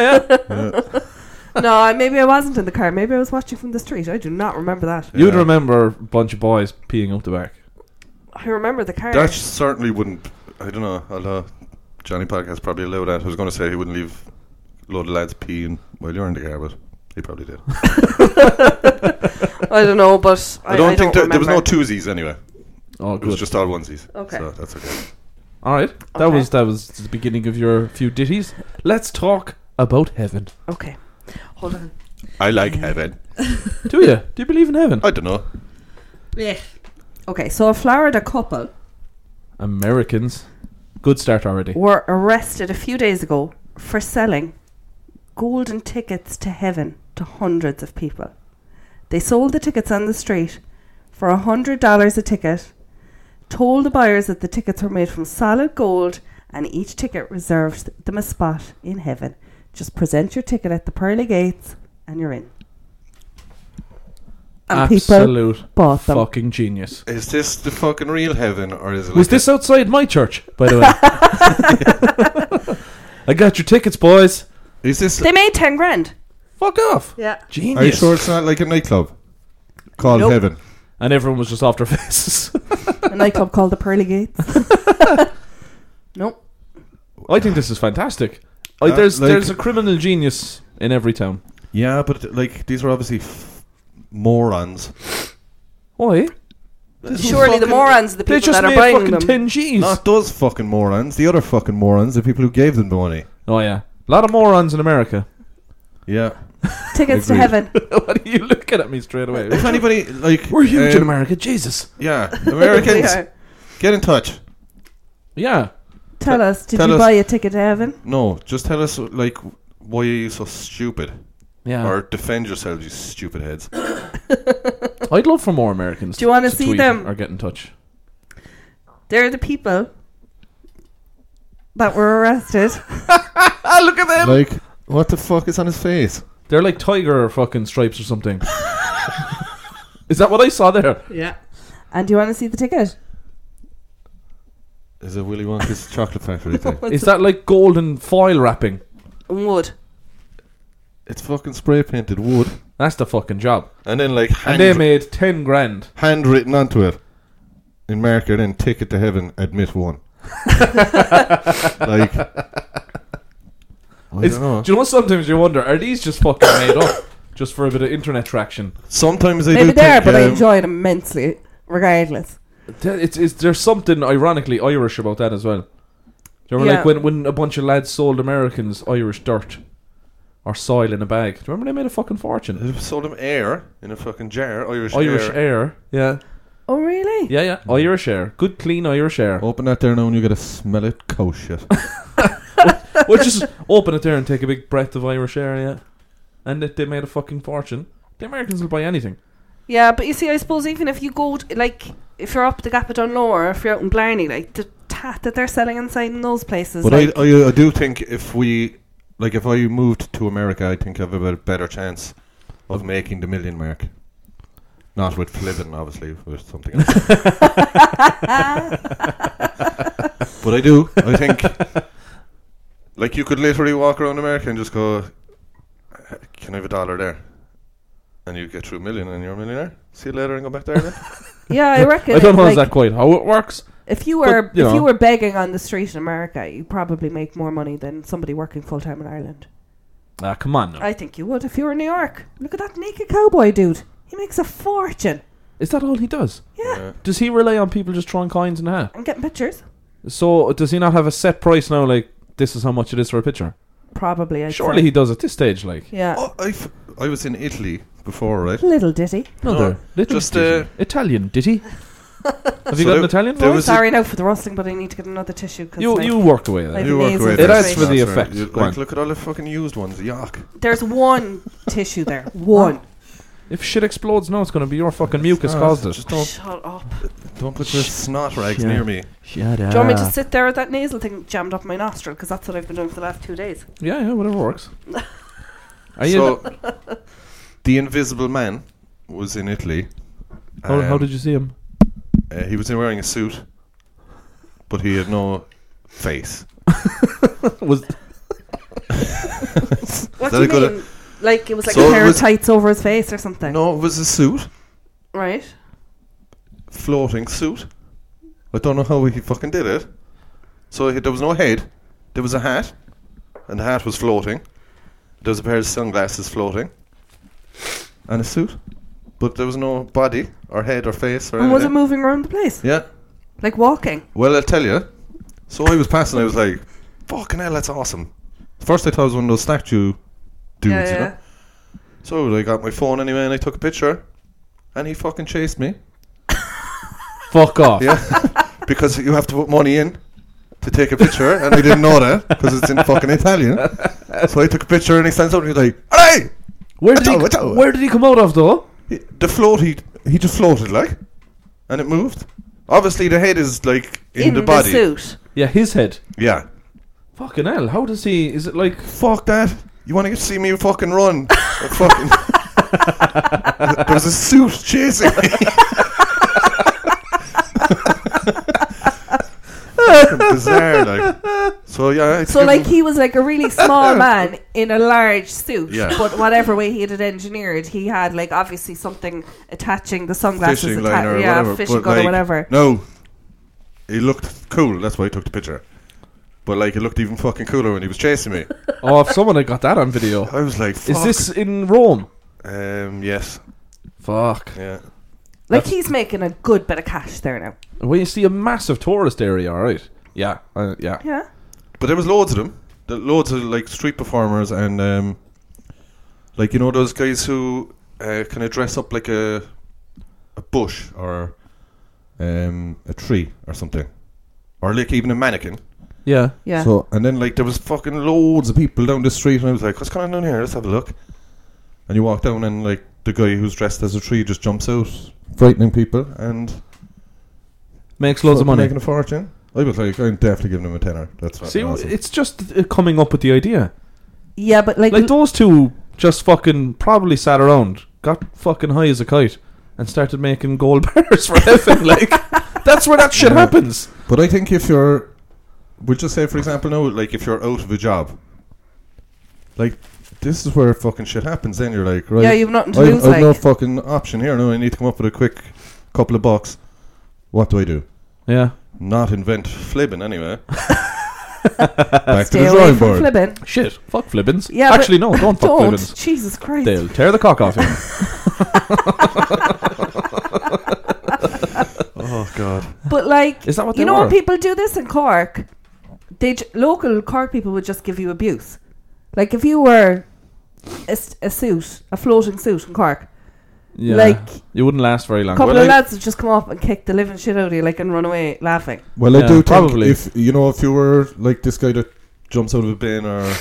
[SPEAKER 1] yeah.
[SPEAKER 2] No, maybe I wasn't in the car. Maybe I was watching from the street. I do not remember that.
[SPEAKER 1] You'd
[SPEAKER 3] Yeah.
[SPEAKER 1] remember a bunch of boys peeing up the back.
[SPEAKER 2] I remember the car.
[SPEAKER 3] that certainly wouldn't. I don't know. Although Johnny Podcast probably allowed that. I was going to say he wouldn't leave a load of lads peeing while you're in the car, but he probably did.
[SPEAKER 2] I don't know, but I,
[SPEAKER 3] I don't think there,
[SPEAKER 2] remember.
[SPEAKER 3] there was no twosies anyway.
[SPEAKER 1] Oh,
[SPEAKER 3] It was
[SPEAKER 1] good.
[SPEAKER 3] just all onesies.
[SPEAKER 2] Okay.
[SPEAKER 3] so that's okay.
[SPEAKER 1] All right. That
[SPEAKER 2] Okay.
[SPEAKER 1] was that was the beginning of your few ditties. Let's talk about heaven.
[SPEAKER 2] Okay, hold on.
[SPEAKER 3] I like heaven.
[SPEAKER 1] Do you? Do you believe in heaven?
[SPEAKER 3] I don't know.
[SPEAKER 5] Yeah.
[SPEAKER 2] Okay, so a Florida couple
[SPEAKER 1] Americans. Good start already.
[SPEAKER 2] were arrested a few days ago for selling golden tickets to heaven to hundreds of people. They sold the tickets on the street for a hundred dollars a ticket. Told the buyers that the tickets were made from solid gold, and each ticket reserved them a spot in heaven. Just present your ticket at the pearly gates, and you're in. And people
[SPEAKER 1] Absolute
[SPEAKER 2] bought them.
[SPEAKER 1] fucking genius.
[SPEAKER 3] Is this the fucking real heaven, or is it?
[SPEAKER 1] Was
[SPEAKER 3] like
[SPEAKER 1] this outside my church, by the way? I got your tickets, boys.
[SPEAKER 3] A, is this?
[SPEAKER 2] They made ten grand.
[SPEAKER 1] Fuck off.
[SPEAKER 2] Yeah.
[SPEAKER 1] Genius.
[SPEAKER 4] Are you sure it's not like a nightclub called
[SPEAKER 1] Nope.
[SPEAKER 4] Heaven?
[SPEAKER 1] And everyone was just off their faces.
[SPEAKER 2] a nightclub called the Pearly Gates. nope.
[SPEAKER 1] I think this is fantastic. Like,
[SPEAKER 3] Uh,
[SPEAKER 1] there's
[SPEAKER 3] like-
[SPEAKER 1] there's a criminal genius in every town.
[SPEAKER 3] Yeah, but like these are obviously f- morons.
[SPEAKER 1] Why?
[SPEAKER 2] Surely the
[SPEAKER 3] fucking-
[SPEAKER 2] morons, are the
[SPEAKER 1] They
[SPEAKER 2] people
[SPEAKER 1] just
[SPEAKER 2] that are
[SPEAKER 1] made
[SPEAKER 2] buying
[SPEAKER 1] fucking
[SPEAKER 2] them.
[SPEAKER 1] ten G's.
[SPEAKER 3] Not those fucking morons. The other fucking morons. The people who gave them the money.
[SPEAKER 1] Oh yeah, a lot of morons in America.
[SPEAKER 3] Yeah.
[SPEAKER 2] Tickets to
[SPEAKER 3] Agreed.
[SPEAKER 2] heaven.
[SPEAKER 1] what are you looking at me straight away?
[SPEAKER 3] If anybody like
[SPEAKER 1] We're huge in
[SPEAKER 3] um,
[SPEAKER 1] America, Jesus.
[SPEAKER 3] Yeah,
[SPEAKER 2] They
[SPEAKER 3] Americans,
[SPEAKER 2] are.
[SPEAKER 3] get in touch.
[SPEAKER 1] Yeah,
[SPEAKER 2] Tell us, did
[SPEAKER 3] tell
[SPEAKER 2] you
[SPEAKER 3] us.
[SPEAKER 2] buy a ticket to heaven?
[SPEAKER 3] No, just tell us like why are you so stupid,
[SPEAKER 1] yeah.
[SPEAKER 3] or defend yourselves, you stupid heads.
[SPEAKER 1] I'd love for more Americans.
[SPEAKER 2] Do you wanna
[SPEAKER 1] to
[SPEAKER 2] see
[SPEAKER 1] tweet
[SPEAKER 2] them?
[SPEAKER 1] Or get in touch.
[SPEAKER 2] They're the people that were arrested.
[SPEAKER 1] Ah, look at them.
[SPEAKER 4] Like, what the fuck is on his face?
[SPEAKER 1] They're like tiger fucking stripes or something. Is that what I saw there?
[SPEAKER 5] Yeah.
[SPEAKER 2] And do you want to see the ticket?
[SPEAKER 3] Is it Willy Wonka's chocolate factory thing?
[SPEAKER 1] Is that like golden foil wrapping?
[SPEAKER 2] Wood.
[SPEAKER 3] It's fucking spray painted wood,
[SPEAKER 1] That's the fucking job.
[SPEAKER 3] and then like
[SPEAKER 1] And
[SPEAKER 3] hand,
[SPEAKER 1] they made ten grand.
[SPEAKER 3] handwritten onto it in marker, then take it to heaven, admit one. like, I
[SPEAKER 1] It's-
[SPEAKER 3] don't know.
[SPEAKER 1] Do you know what? Sometimes you wonder: Are these just fucking made up, just for a bit of internet traction?
[SPEAKER 3] Sometimes I
[SPEAKER 2] Maybe
[SPEAKER 3] do
[SPEAKER 2] they are,
[SPEAKER 3] think,
[SPEAKER 2] but I
[SPEAKER 3] um,
[SPEAKER 2] enjoy it immensely, regardless.
[SPEAKER 1] Th- It's, it's there's something ironically Irish about that as well. Do you remember like
[SPEAKER 2] Yeah.
[SPEAKER 1] when, when a bunch of lads sold Americans Irish dirt or soil in a bag? Do you remember they made a fucking fortune?
[SPEAKER 3] They sold him air in a fucking jar, Irish,
[SPEAKER 1] Irish
[SPEAKER 3] air.
[SPEAKER 1] Oh, air. Yeah. Mm.
[SPEAKER 2] Oh, really?
[SPEAKER 1] Yeah, yeah. Irish air. Good clean Irish air.
[SPEAKER 3] Open that there now and you gotta smell it, cow shit.
[SPEAKER 1] well just open it there and take a big breath of Irish air, yeah. And if they made a fucking fortune. The Americans will buy anything.
[SPEAKER 2] Yeah, but you see, I suppose even if you go, t- like, if you're up the Gap at Dunloe or if you're out in Blarney, like, the tat that they're selling inside in those places.
[SPEAKER 3] But
[SPEAKER 2] like,
[SPEAKER 3] I, uh, I, I do think if we, like, if I moved to America, I think I have a bit better chance of making the million mark. Not with Flippin, obviously, with something else. but I do. I think, like, you could literally walk around America and just go, "Uh, "Can I have a dollar there?" And you get through a million, and you're a millionaire. See you later, and go back there. Then.
[SPEAKER 2] yeah, I reckon.
[SPEAKER 1] I don't know
[SPEAKER 2] like,
[SPEAKER 1] that quite how it works.
[SPEAKER 2] If you were
[SPEAKER 1] But, you
[SPEAKER 2] if you
[SPEAKER 1] know.
[SPEAKER 2] were begging on the street in America, you probably make more money than somebody working full time in Ireland.
[SPEAKER 1] Ah, come on now.
[SPEAKER 2] I think you would if you were in New York. Look at that naked cowboy dude. He makes a fortune.
[SPEAKER 1] Is that all he does?
[SPEAKER 2] Yeah,
[SPEAKER 3] Yeah.
[SPEAKER 1] Does he rely on people just throwing coins in the hat?
[SPEAKER 2] I'm getting pictures.
[SPEAKER 1] So does he not have a set price now? Like this is how much it is for a picture.
[SPEAKER 2] Probably. I'd
[SPEAKER 1] Surely
[SPEAKER 2] say.
[SPEAKER 1] he does at this stage. Like
[SPEAKER 2] Yeah.
[SPEAKER 3] Oh, I, f- I was in Italy before, right?
[SPEAKER 2] Little ditty.
[SPEAKER 1] another little
[SPEAKER 3] just,
[SPEAKER 1] ditty.
[SPEAKER 3] uh,
[SPEAKER 1] Italian ditty. Have you
[SPEAKER 3] So
[SPEAKER 1] got an
[SPEAKER 3] there-
[SPEAKER 1] Italian
[SPEAKER 3] there
[SPEAKER 1] voice?
[SPEAKER 3] was- it-
[SPEAKER 2] Sorry now for the rustling, but I need to get another tissue. 'cause
[SPEAKER 1] You
[SPEAKER 2] my-
[SPEAKER 1] you work away then.
[SPEAKER 2] Like-
[SPEAKER 3] You work
[SPEAKER 2] amazing
[SPEAKER 3] away
[SPEAKER 2] It
[SPEAKER 3] there,
[SPEAKER 1] adds
[SPEAKER 3] so
[SPEAKER 1] for the
[SPEAKER 3] that's right.
[SPEAKER 1] effect.
[SPEAKER 3] You-
[SPEAKER 1] Go on.
[SPEAKER 3] Like, look at all the fucking used ones. Yuck. Oh,
[SPEAKER 2] there's one tissue there. One.
[SPEAKER 1] If shit explodes, no, it's going to be your fucking
[SPEAKER 3] uh,
[SPEAKER 1] mucus
[SPEAKER 4] not.
[SPEAKER 1] caused it.
[SPEAKER 4] Just don't,
[SPEAKER 2] Shut up.
[SPEAKER 4] don't put
[SPEAKER 3] Your
[SPEAKER 4] your.
[SPEAKER 3] snot rags
[SPEAKER 1] Yeah.
[SPEAKER 3] near me.
[SPEAKER 1] Shut up.
[SPEAKER 2] Do you want me to sit there with that nasal thing jammed up my nostril? Because that's what I've been doing for the last two days.
[SPEAKER 1] Yeah, yeah, whatever works. Are you?
[SPEAKER 3] So, the Invisible Man was in Italy.
[SPEAKER 1] how, how
[SPEAKER 3] Um,
[SPEAKER 1] did you see him?
[SPEAKER 3] Uh, he was wearing a suit, but he had no face.
[SPEAKER 1] Was
[SPEAKER 2] What
[SPEAKER 3] that
[SPEAKER 2] do
[SPEAKER 3] a
[SPEAKER 2] you
[SPEAKER 3] good-
[SPEAKER 2] mean? Like it was like
[SPEAKER 3] So
[SPEAKER 2] a
[SPEAKER 3] it
[SPEAKER 2] pair of
[SPEAKER 3] was-
[SPEAKER 2] tights over his face or something.
[SPEAKER 3] No, it was a suit,
[SPEAKER 2] Right?
[SPEAKER 3] floating suit. I don't know how he fucking did it. So he, there was no head. There was a hat, and the hat was floating. There was a pair of sunglasses floating, and a suit, but there was no body or head or face or
[SPEAKER 2] And was it
[SPEAKER 3] anything.
[SPEAKER 2] moving around the place?
[SPEAKER 3] Uh-huh. yeah.
[SPEAKER 2] Like walking?
[SPEAKER 3] Well, I'll tell you. So I was passing, I was like, fucking hell, that's awesome. First, I thought it was one of those statue dudes,
[SPEAKER 2] yeah,
[SPEAKER 3] you
[SPEAKER 2] yeah.
[SPEAKER 3] know? So I got my phone anyway and I took a picture, and he fucking chased me.
[SPEAKER 1] fuck off.
[SPEAKER 3] Yeah. because you have to put money in to take a picture, and I didn't know that because it's in fucking Italian. So I took a picture and he stands up and he's like, Hey!
[SPEAKER 1] Where did he?
[SPEAKER 3] Watch out, watch out.
[SPEAKER 1] Where did he come out of though?
[SPEAKER 3] The float, he, he just floated like, and it moved. Obviously, the head is like in, the body.
[SPEAKER 2] suit.
[SPEAKER 1] Yeah, his head.
[SPEAKER 3] Yeah.
[SPEAKER 1] Fucking hell! How does he? Is it like?
[SPEAKER 3] Fuck that. You want to see me fucking run? I fucking. there was a suit chasing me. Fucking bizarre, like. So yeah. I
[SPEAKER 2] So
[SPEAKER 3] took
[SPEAKER 2] like
[SPEAKER 3] him-
[SPEAKER 2] he was like a really small man in a large suit,
[SPEAKER 3] Yeah.
[SPEAKER 2] but whatever way he had it engineered, he had like obviously something attaching the sunglasses,
[SPEAKER 3] fishing
[SPEAKER 2] atta-
[SPEAKER 3] line or
[SPEAKER 2] yeah,
[SPEAKER 3] whatever.
[SPEAKER 2] fishing
[SPEAKER 3] but,
[SPEAKER 2] gun
[SPEAKER 3] like,
[SPEAKER 2] or whatever.
[SPEAKER 3] No, he looked cool. That's why I took the picture. But like, he looked even fucking cooler when he was chasing me.
[SPEAKER 1] Oh, if someone had got that on video.
[SPEAKER 3] I was like,
[SPEAKER 1] Is
[SPEAKER 3] Fuck.
[SPEAKER 1] this in Rome?
[SPEAKER 3] Um, yes.
[SPEAKER 1] Fuck.
[SPEAKER 3] Yeah.
[SPEAKER 2] Like he's making a good bit of cash there now.
[SPEAKER 1] Well, you see a massive tourist area, all right? Yeah, uh, yeah.
[SPEAKER 2] Yeah,
[SPEAKER 3] But there was loads of them. The loads of like street performers and um, like you know those guys who uh, kind of dress up like a a bush or um, a tree or something, or like even a mannequin.
[SPEAKER 1] Yeah.
[SPEAKER 2] yeah.
[SPEAKER 3] So and then like there was fucking loads of people down the street, and I was like, "What's going on here? Let's have a look." And you walk down, and like the guy who's dressed as a tree just jumps out, frightening people, and
[SPEAKER 1] Makes loads of
[SPEAKER 3] fucking
[SPEAKER 1] money.
[SPEAKER 3] making a fortune. I was like, I'm definitely giving him a tenner. That's fucking
[SPEAKER 1] See,
[SPEAKER 3] awesome.
[SPEAKER 1] it's just uh, coming up with the idea.
[SPEAKER 2] yeah, but like,
[SPEAKER 1] Like, those two just fucking probably sat around, got fucking high as a kite, and started making gold bars for heaven. Like, that's where that shit
[SPEAKER 3] Yeah.
[SPEAKER 1] happens.
[SPEAKER 3] But I think if you're, we'll just say, for example, now, like if you're out of a job, like this is where fucking shit happens. Then you're like, right,
[SPEAKER 2] yeah, you've nothing to
[SPEAKER 3] I've,
[SPEAKER 2] lose.
[SPEAKER 3] I've
[SPEAKER 2] Like,
[SPEAKER 3] no fucking option here. No, I need to come up with a quick couple of bucks. What do I do?
[SPEAKER 1] Yeah.
[SPEAKER 3] Not invent flibbing anyway. Back to
[SPEAKER 2] stay
[SPEAKER 3] the
[SPEAKER 2] away
[SPEAKER 3] drawing
[SPEAKER 2] from
[SPEAKER 3] board.
[SPEAKER 2] flipping.
[SPEAKER 1] Shit. Fuck flibbins.
[SPEAKER 2] Yeah,
[SPEAKER 1] Actually, no, don't fuck
[SPEAKER 2] Don't,
[SPEAKER 1] flibbins.
[SPEAKER 2] Jesus Christ!
[SPEAKER 1] They'll tear the cock off you.
[SPEAKER 3] Oh god.
[SPEAKER 2] But like,
[SPEAKER 1] Is that what
[SPEAKER 2] you
[SPEAKER 1] they
[SPEAKER 2] know?
[SPEAKER 1] were?
[SPEAKER 2] When people do this in Cork, they j- local Cork people would just give you abuse. Like if you were a, s- a suit, a floating suit in Cork,
[SPEAKER 1] Yeah.
[SPEAKER 2] Like-
[SPEAKER 1] you wouldn't last very
[SPEAKER 2] a
[SPEAKER 1] long.
[SPEAKER 2] couple
[SPEAKER 3] Well,
[SPEAKER 2] of
[SPEAKER 3] I-
[SPEAKER 2] lads would just come up and kick the living shit out of you, like, and run away laughing.
[SPEAKER 3] Well,
[SPEAKER 1] Yeah,
[SPEAKER 3] I do think
[SPEAKER 1] probably.
[SPEAKER 3] if you know if you were like this guy that jumps out of a bin or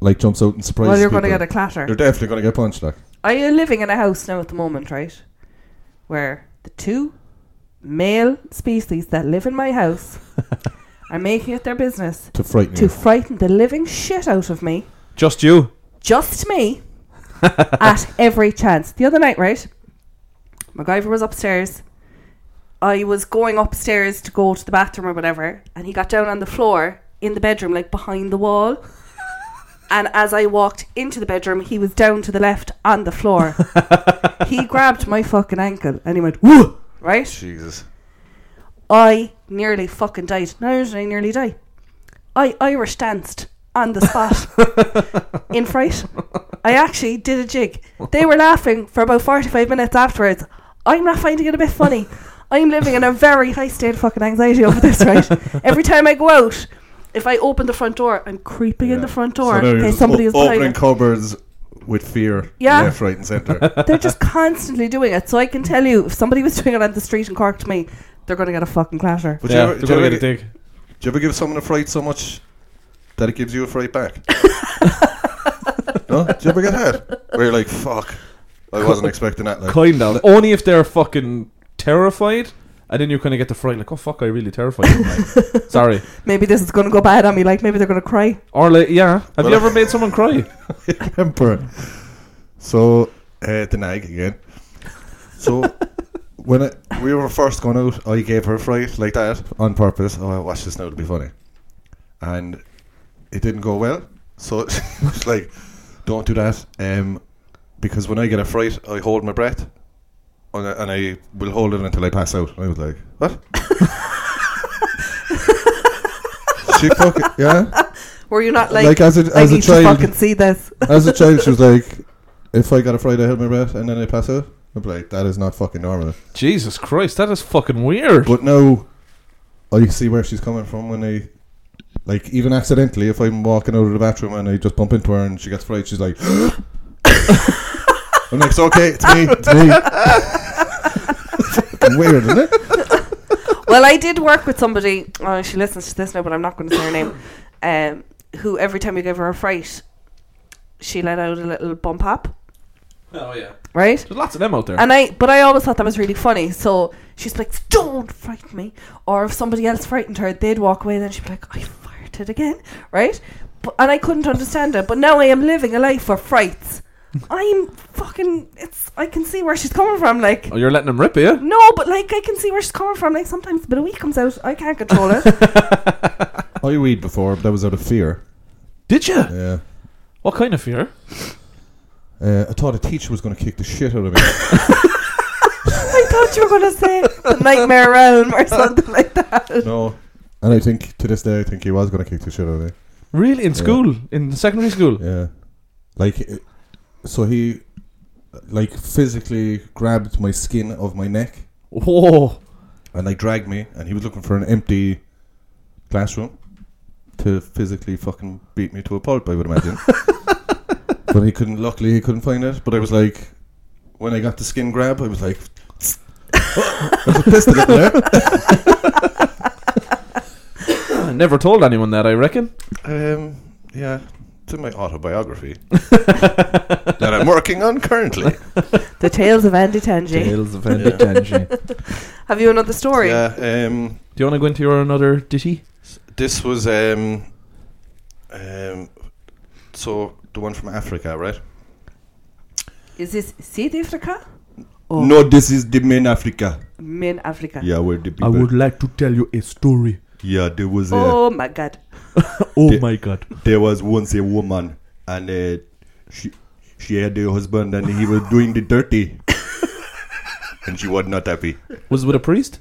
[SPEAKER 3] like jumps out and surprises
[SPEAKER 2] well, you're
[SPEAKER 3] people,
[SPEAKER 2] going to get a
[SPEAKER 3] you're
[SPEAKER 2] clatter.
[SPEAKER 3] definitely going to get punched. Like,
[SPEAKER 2] Are you living in a house now at the moment, right? Where the two male species that live in my house are making it their business
[SPEAKER 3] to frighten
[SPEAKER 2] to
[SPEAKER 3] you.
[SPEAKER 2] frighten the living shit out of me
[SPEAKER 1] Just you.
[SPEAKER 2] just me at every chance. The other night, right? MacGyver was upstairs. I was going upstairs to go to the bathroom or whatever, and he got down on the floor in the bedroom, like behind the wall. And as I walked into the bedroom, he was down to the left on the floor. he grabbed my fucking ankle and he went, Whoa! Right?
[SPEAKER 3] Jesus.
[SPEAKER 2] I nearly fucking died. Not only did I nearly die, I Irish danced on the spot in fright. I actually did a jig. They were laughing for about 45 minutes afterwards. I'm not finding it a bit funny. I'm living in a very high state of fucking anxiety over this, right? Every time I go out, if I open the front door, I'm creeping in the front door.
[SPEAKER 3] now you're
[SPEAKER 2] in case
[SPEAKER 3] just
[SPEAKER 2] somebody
[SPEAKER 3] o-
[SPEAKER 2] is behind
[SPEAKER 3] opening
[SPEAKER 2] it.
[SPEAKER 3] cupboards with fear.
[SPEAKER 2] Yeah.
[SPEAKER 3] Left, right, and centre.
[SPEAKER 2] They're just constantly doing it. So I can tell you, if somebody was doing it on the street and corked me, they're going to get a fucking clatter.
[SPEAKER 3] But
[SPEAKER 1] Yeah,
[SPEAKER 3] do,
[SPEAKER 1] they're
[SPEAKER 3] you
[SPEAKER 1] going
[SPEAKER 3] ever,
[SPEAKER 1] to
[SPEAKER 3] do,
[SPEAKER 1] get a dig.
[SPEAKER 3] you ever give someone a fright so much that it gives you a fright back? no? Do you ever get that? Where you're like, fuck, I wasn't expecting that. Like,
[SPEAKER 1] Kind of. Only if they're fucking terrified, and then you kind of get the fright, like, oh fuck, I really terrified. you." Like, Sorry.
[SPEAKER 2] Maybe this is going to go bad on me. Like maybe they're going to cry.
[SPEAKER 1] Or like, yeah. Have
[SPEAKER 3] Well,
[SPEAKER 1] you ever made someone cry?
[SPEAKER 4] Emperor. So
[SPEAKER 3] uh, the nag again.
[SPEAKER 4] so when I,
[SPEAKER 3] We were first going out. I gave her fright like that on purpose. Oh, I watch this now to be funny, and it didn't go well. So she was like, "Don't do that," um, because when I get a fright, I hold my breath, and I, and I will hold it until I pass out. And I was like, "What?"
[SPEAKER 4] she fucking yeah,
[SPEAKER 2] Were you not like,
[SPEAKER 4] Like, as a-
[SPEAKER 2] I
[SPEAKER 4] as a
[SPEAKER 2] need
[SPEAKER 4] child-
[SPEAKER 2] to fucking see this?
[SPEAKER 4] as a child she was like, if I got a Friday, I held my breath and then I pass out. I'm like, that is not fucking normal.
[SPEAKER 1] Jesus Christ, that is fucking weird.
[SPEAKER 4] But now I see where she's coming from when I like even accidentally if I'm walking out of the bathroom and I just bump into her and she gets fright, she's like I'm like, it's okay, it's me, it's me. Fucking Weird, isn't it?
[SPEAKER 2] well, I did work with somebody. Oh, she listens to this now, but I'm not going to say her name. Um, who every time you gave her a fright, she let out a little bump hop,
[SPEAKER 1] Oh yeah.
[SPEAKER 2] right?
[SPEAKER 1] There's lots of them out there.
[SPEAKER 2] And I, but I always thought that was really funny. So she's like, "Don't frighten me," or if somebody else frightened her, they'd walk away. Then she'd be like, "I farted again," right? But, and I couldn't understand it. But now I am living a life of frights. I'm fucking. It's. I can see where she's coming from. Like,
[SPEAKER 1] oh, you're letting them rip, yeah?
[SPEAKER 2] no, but like I can see where she's coming from. Like sometimes a bit of wheat comes out. I can't control it.
[SPEAKER 4] I weed before, but that was out of fear.
[SPEAKER 1] Did you?
[SPEAKER 4] Yeah.
[SPEAKER 1] What kind of fear?
[SPEAKER 4] Uh, I thought a teacher was going to kick the shit out of me.
[SPEAKER 2] I thought you were going to say the nightmare realm or something like that.
[SPEAKER 4] no. And I think to this day, I think he was going to kick the shit out of me.
[SPEAKER 1] Really? In
[SPEAKER 4] Yeah.
[SPEAKER 1] school? In secondary school?
[SPEAKER 4] Yeah. Like, it- so he, like, physically grabbed my skin of my neck
[SPEAKER 1] Whoa.
[SPEAKER 4] and, like, dragged me. And he was looking for an empty classroom to physically fucking beat me to a pulp, I would imagine. but he couldn't, luckily, he couldn't find it. But I was like, when I got the skin grab, I was like, I was pissed at it there.
[SPEAKER 1] I never told anyone that, I reckon.
[SPEAKER 3] Um, yeah, it's in my autobiography that I'm working on currently.
[SPEAKER 2] The Tales of Andy Tangy.
[SPEAKER 1] of
[SPEAKER 3] Andy Yeah.
[SPEAKER 2] Have you another story?
[SPEAKER 3] Yeah. Um,
[SPEAKER 1] Do you want to go into your another ditty?
[SPEAKER 3] this was um, um, so the one from Africa, right?
[SPEAKER 2] Is this South Africa?
[SPEAKER 4] No, this is the main Africa.
[SPEAKER 2] Main Africa.
[SPEAKER 4] Yeah, where the people.
[SPEAKER 1] like to tell you a story.
[SPEAKER 4] Yeah, there was a,
[SPEAKER 2] Oh my god.
[SPEAKER 1] Oh
[SPEAKER 4] Di-
[SPEAKER 1] my god.
[SPEAKER 4] there was once a woman, and uh, she she had a husband, and he was doing the dirty, and she was not happy.
[SPEAKER 1] Was it with a priest?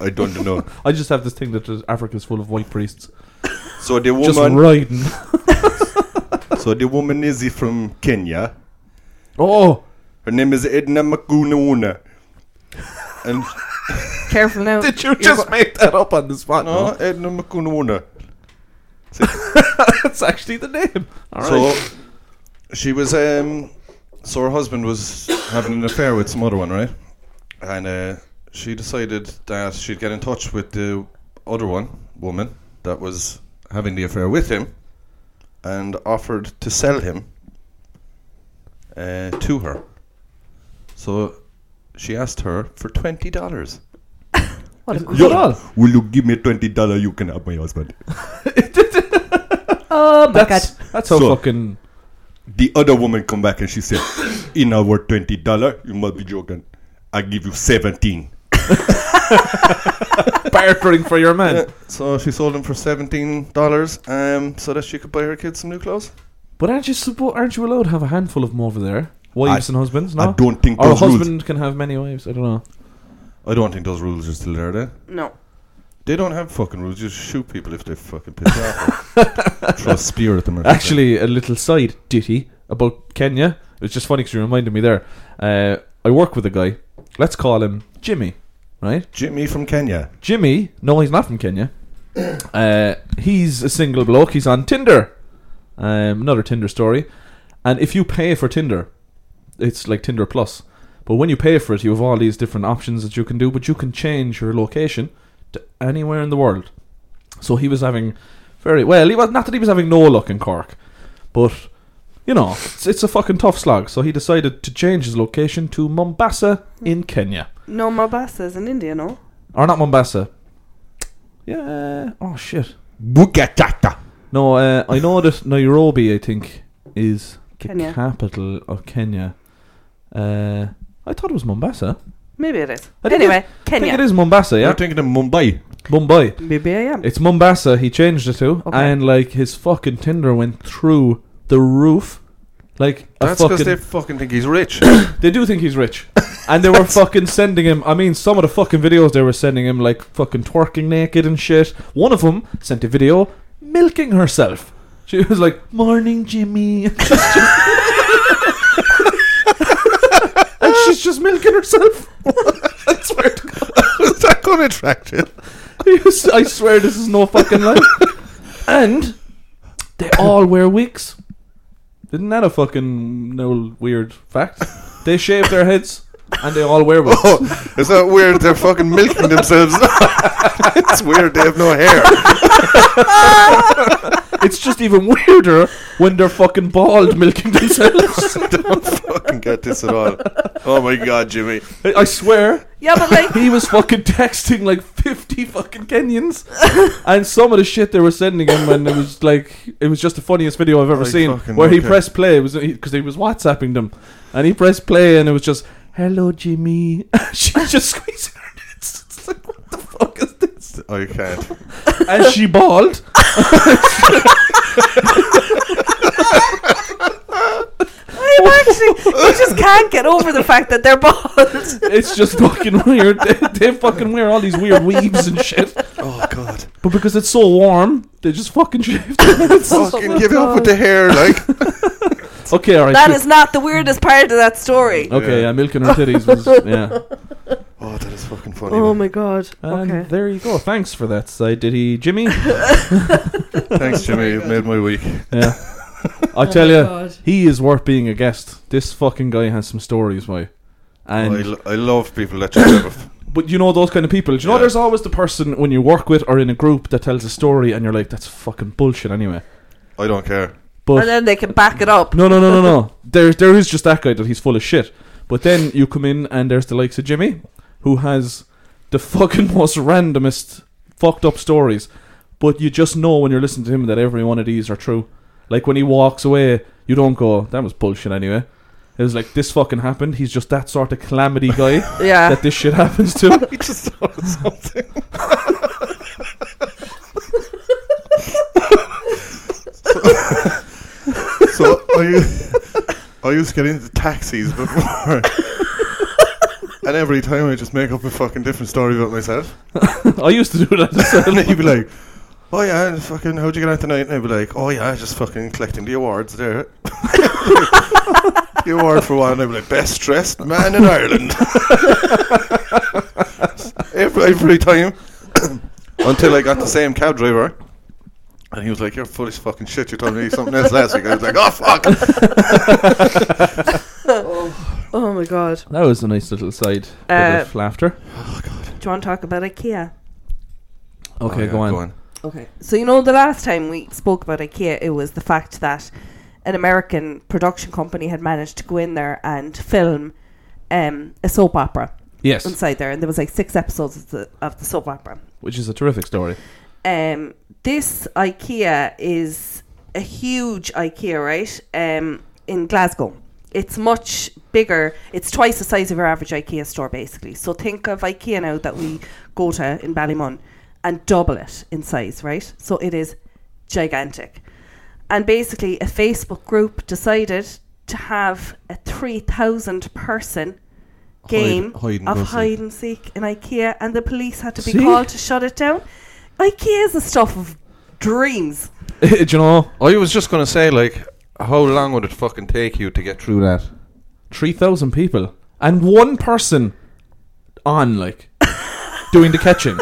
[SPEAKER 4] I don't know.
[SPEAKER 1] I just have this thing that there's- Africa's full of white priests.
[SPEAKER 4] So
[SPEAKER 3] Oh,
[SPEAKER 4] the
[SPEAKER 1] Just
[SPEAKER 4] woman,
[SPEAKER 1] riding.
[SPEAKER 4] so the woman is from Kenya.
[SPEAKER 1] Oh!
[SPEAKER 4] Her name is Edna Makunauna. And
[SPEAKER 2] Careful now.
[SPEAKER 1] Did you just make that up on the spot?
[SPEAKER 4] no, Edna Makunauna.
[SPEAKER 1] That's actually the name. Alright.
[SPEAKER 3] So she was um, so her husband was having an affair with some other one, right? And uh, she decided that she'd get in touch with the other one woman that was having the affair with him, and offered to sell him uh, to her. So she asked her for twenty dollars.
[SPEAKER 2] What a
[SPEAKER 1] Yo-
[SPEAKER 2] queen.
[SPEAKER 4] Will you give me twenty dollar? You can have my husband.
[SPEAKER 2] Oh my god.
[SPEAKER 1] that's, that's how
[SPEAKER 4] So-
[SPEAKER 1] fucking.
[SPEAKER 4] The other woman come back and she said, "In our twenty dollar, you must be joking. I give you seventeen.
[SPEAKER 1] Bartering for your man.
[SPEAKER 3] So she sold him for seventeen dollars, um, so that she could buy her kids some new clothes.
[SPEAKER 1] But aren't you suppo- aren't you allowed to have a handful of them over there? Wives and husbands, no?
[SPEAKER 4] I don't think
[SPEAKER 1] or a
[SPEAKER 4] those
[SPEAKER 1] husband
[SPEAKER 4] rules.
[SPEAKER 1] can have many wives. I don't know.
[SPEAKER 3] I don't think those rules are still there. Then.
[SPEAKER 2] No.
[SPEAKER 3] They don't have fucking rules. Just shoot people if they fucking piss you off. or Throw a spear at them. Or something.
[SPEAKER 1] Actually, a little side ditty about Kenya. It was just funny because you reminded me there. Uh, I work with a guy. Let's call him Jimmy, right?
[SPEAKER 3] Jimmy from Kenya.
[SPEAKER 1] Jimmy, no, he's not from Kenya. Uh, he's a single bloke. He's on Tinder. Um, another Tinder story. And if you pay for Tinder, it's like Tinder Plus. But when you pay for it, you have all these different options that you can do. But you can change your location to anywhere in the world. So he was having very well. He was not that he was having no luck in Cork, but you know, it's, it's a fucking tough slog. So he decided to change his location to Mombasa in Kenya.
[SPEAKER 2] No, Mombasa is in India, no?
[SPEAKER 1] Or not Mombasa. Yeah. Oh, shit.
[SPEAKER 4] Bugatata.
[SPEAKER 1] No, uh, I know that Nairobi, I think, is the
[SPEAKER 2] Kenya.
[SPEAKER 1] capital of Kenya. Uh, I thought it was Mombasa.
[SPEAKER 2] Maybe it is.
[SPEAKER 1] I think
[SPEAKER 2] Anyway,
[SPEAKER 1] I think it
[SPEAKER 2] Kenya.
[SPEAKER 1] is Mombasa,
[SPEAKER 4] You're
[SPEAKER 1] yeah?
[SPEAKER 4] thinking of Mumbai.
[SPEAKER 1] Mumbai.
[SPEAKER 2] Maybe I am.
[SPEAKER 1] It's Mombasa. He changed it to,
[SPEAKER 2] Okay.
[SPEAKER 1] and like his fucking Tinder went through the roof. Like a
[SPEAKER 3] That's because
[SPEAKER 1] fucking,
[SPEAKER 3] they fucking think he's rich.
[SPEAKER 1] they do think he's rich, and they were fucking sending him. I mean, some of the fucking videos they were sending him, like fucking twerking naked and shit. One of them sent a video milking herself. She was like, "Morning, Jimmy," and she's just, and she's just milking herself. I swear to God.
[SPEAKER 3] Is that going to attract you?
[SPEAKER 1] He was- I swear this is no fucking lie. and they all wear wigs. Isn't that a fucking no weird fact? They shave their heads and they all wear wigs.
[SPEAKER 3] Oh, is that weird? They're fucking milking themselves. it's weird. They have no hair.
[SPEAKER 1] It's just even weirder when they're fucking bald milking themselves.
[SPEAKER 3] Don't fucking get this at all. Oh my god, Jimmy.
[SPEAKER 1] I I swear
[SPEAKER 2] yeah, but like,
[SPEAKER 1] he was fucking texting like 50 fucking Kenyans and some of the shit they were sending him and it was like it was just the funniest video I've ever
[SPEAKER 3] Like
[SPEAKER 1] seen
[SPEAKER 3] fucking
[SPEAKER 1] where he
[SPEAKER 3] okay.
[SPEAKER 1] pressed play because he, 'cause he was whatsapping them and he pressed play and it was just hello Jimmy she just squeezed her tits. it's like what the fuck is this
[SPEAKER 3] I Oh, can't.
[SPEAKER 1] and she bawled
[SPEAKER 2] I'm actually, you just can't get over the fact that they're bald.
[SPEAKER 1] it's just fucking weird they, they fucking wear all these weird weaves and shit
[SPEAKER 3] Oh god.
[SPEAKER 1] but because it's so warm they just fucking shave their heads.
[SPEAKER 3] Fucking give it up with the hair, like.
[SPEAKER 1] okay alright
[SPEAKER 2] That is not the weirdest part of that story.
[SPEAKER 1] okay yeah.
[SPEAKER 3] Yeah.
[SPEAKER 1] milking her titties was yeah
[SPEAKER 3] Oh, that is fucking funny.
[SPEAKER 2] Oh
[SPEAKER 3] man.
[SPEAKER 2] my god.
[SPEAKER 1] And
[SPEAKER 2] Okay.
[SPEAKER 1] there you go. Thanks for that side diddy, Jimmy.
[SPEAKER 3] Thanks, Jimmy. You've made my week.
[SPEAKER 1] yeah. I tell you, he is worth being a guest. This fucking guy has some stories, why?
[SPEAKER 3] I,
[SPEAKER 1] And
[SPEAKER 3] lo- I love people that you love.
[SPEAKER 1] but you know those kind of people. Do you know
[SPEAKER 3] Yeah.
[SPEAKER 1] there's always the person when you work with or in a group that tells a story and you're like, that's fucking bullshit anyway.
[SPEAKER 3] I don't care.
[SPEAKER 1] But
[SPEAKER 2] and then they can back it up.
[SPEAKER 1] Oh. No, no, no, no, no. there, there is just that guy that he's full of shit. But then you come in and there's the likes of Jimmy, who has the fucking most randomest fucked up stories. But you just know when you're listening to him that every one of these are true. Like when he walks away, you don't go, "That was bullshit." Anyway, it was like this fucking happened. He's just that sort of calamity guy
[SPEAKER 2] Yeah.
[SPEAKER 1] that this shit happens to.
[SPEAKER 3] I just thought of something. so, I, used, I used to get into taxis before. and every time I just make up a fucking different story about myself.
[SPEAKER 1] I used to do that. As
[SPEAKER 3] And
[SPEAKER 1] well.
[SPEAKER 3] he'd be like, Oh yeah, and fucking how'd you get on tonight? And I'd be like, Oh yeah, just fucking collecting the awards there. the award for one, and I'd be like, Best dressed man in Ireland. every, every time. Until I got the same cab driver. And he was like, You're full of fucking shit, you told me something else last week. I was like, Oh fuck
[SPEAKER 2] Oh my god.
[SPEAKER 1] That was a nice little side
[SPEAKER 2] Uh,
[SPEAKER 1] bit of laughter.
[SPEAKER 2] Do you want to talk about IKEA?
[SPEAKER 1] Okay,
[SPEAKER 3] Oh, yeah,
[SPEAKER 1] go on.
[SPEAKER 2] Okay. So you know the last time we spoke about IKEA, it was the fact that an American production company had managed to go in there and film um, a soap opera
[SPEAKER 1] Yes,
[SPEAKER 2] inside there, and there was like six episodes of the of the soap opera.
[SPEAKER 1] which is a terrific story.
[SPEAKER 2] Um, this IKEA is a huge IKEA, right? Um, in Glasgow, it's much bigger. It's twice the size of your average IKEA store, basically. So think of IKEA now that we go to in Ballymun, and double it in size, right? So it is gigantic. And basically, a Facebook group decided to have a three thousand person game
[SPEAKER 4] hide and
[SPEAKER 2] of
[SPEAKER 4] go seek.
[SPEAKER 2] hide and seek in IKEA, and the police had to be
[SPEAKER 1] See?
[SPEAKER 2] called to shut it down. IKEA is the stuff of dreams.
[SPEAKER 1] Do you know?
[SPEAKER 3] I was just gonna say like how long would it fucking take you to get through that?
[SPEAKER 1] 3,000 people and one person on, like, doing the catching.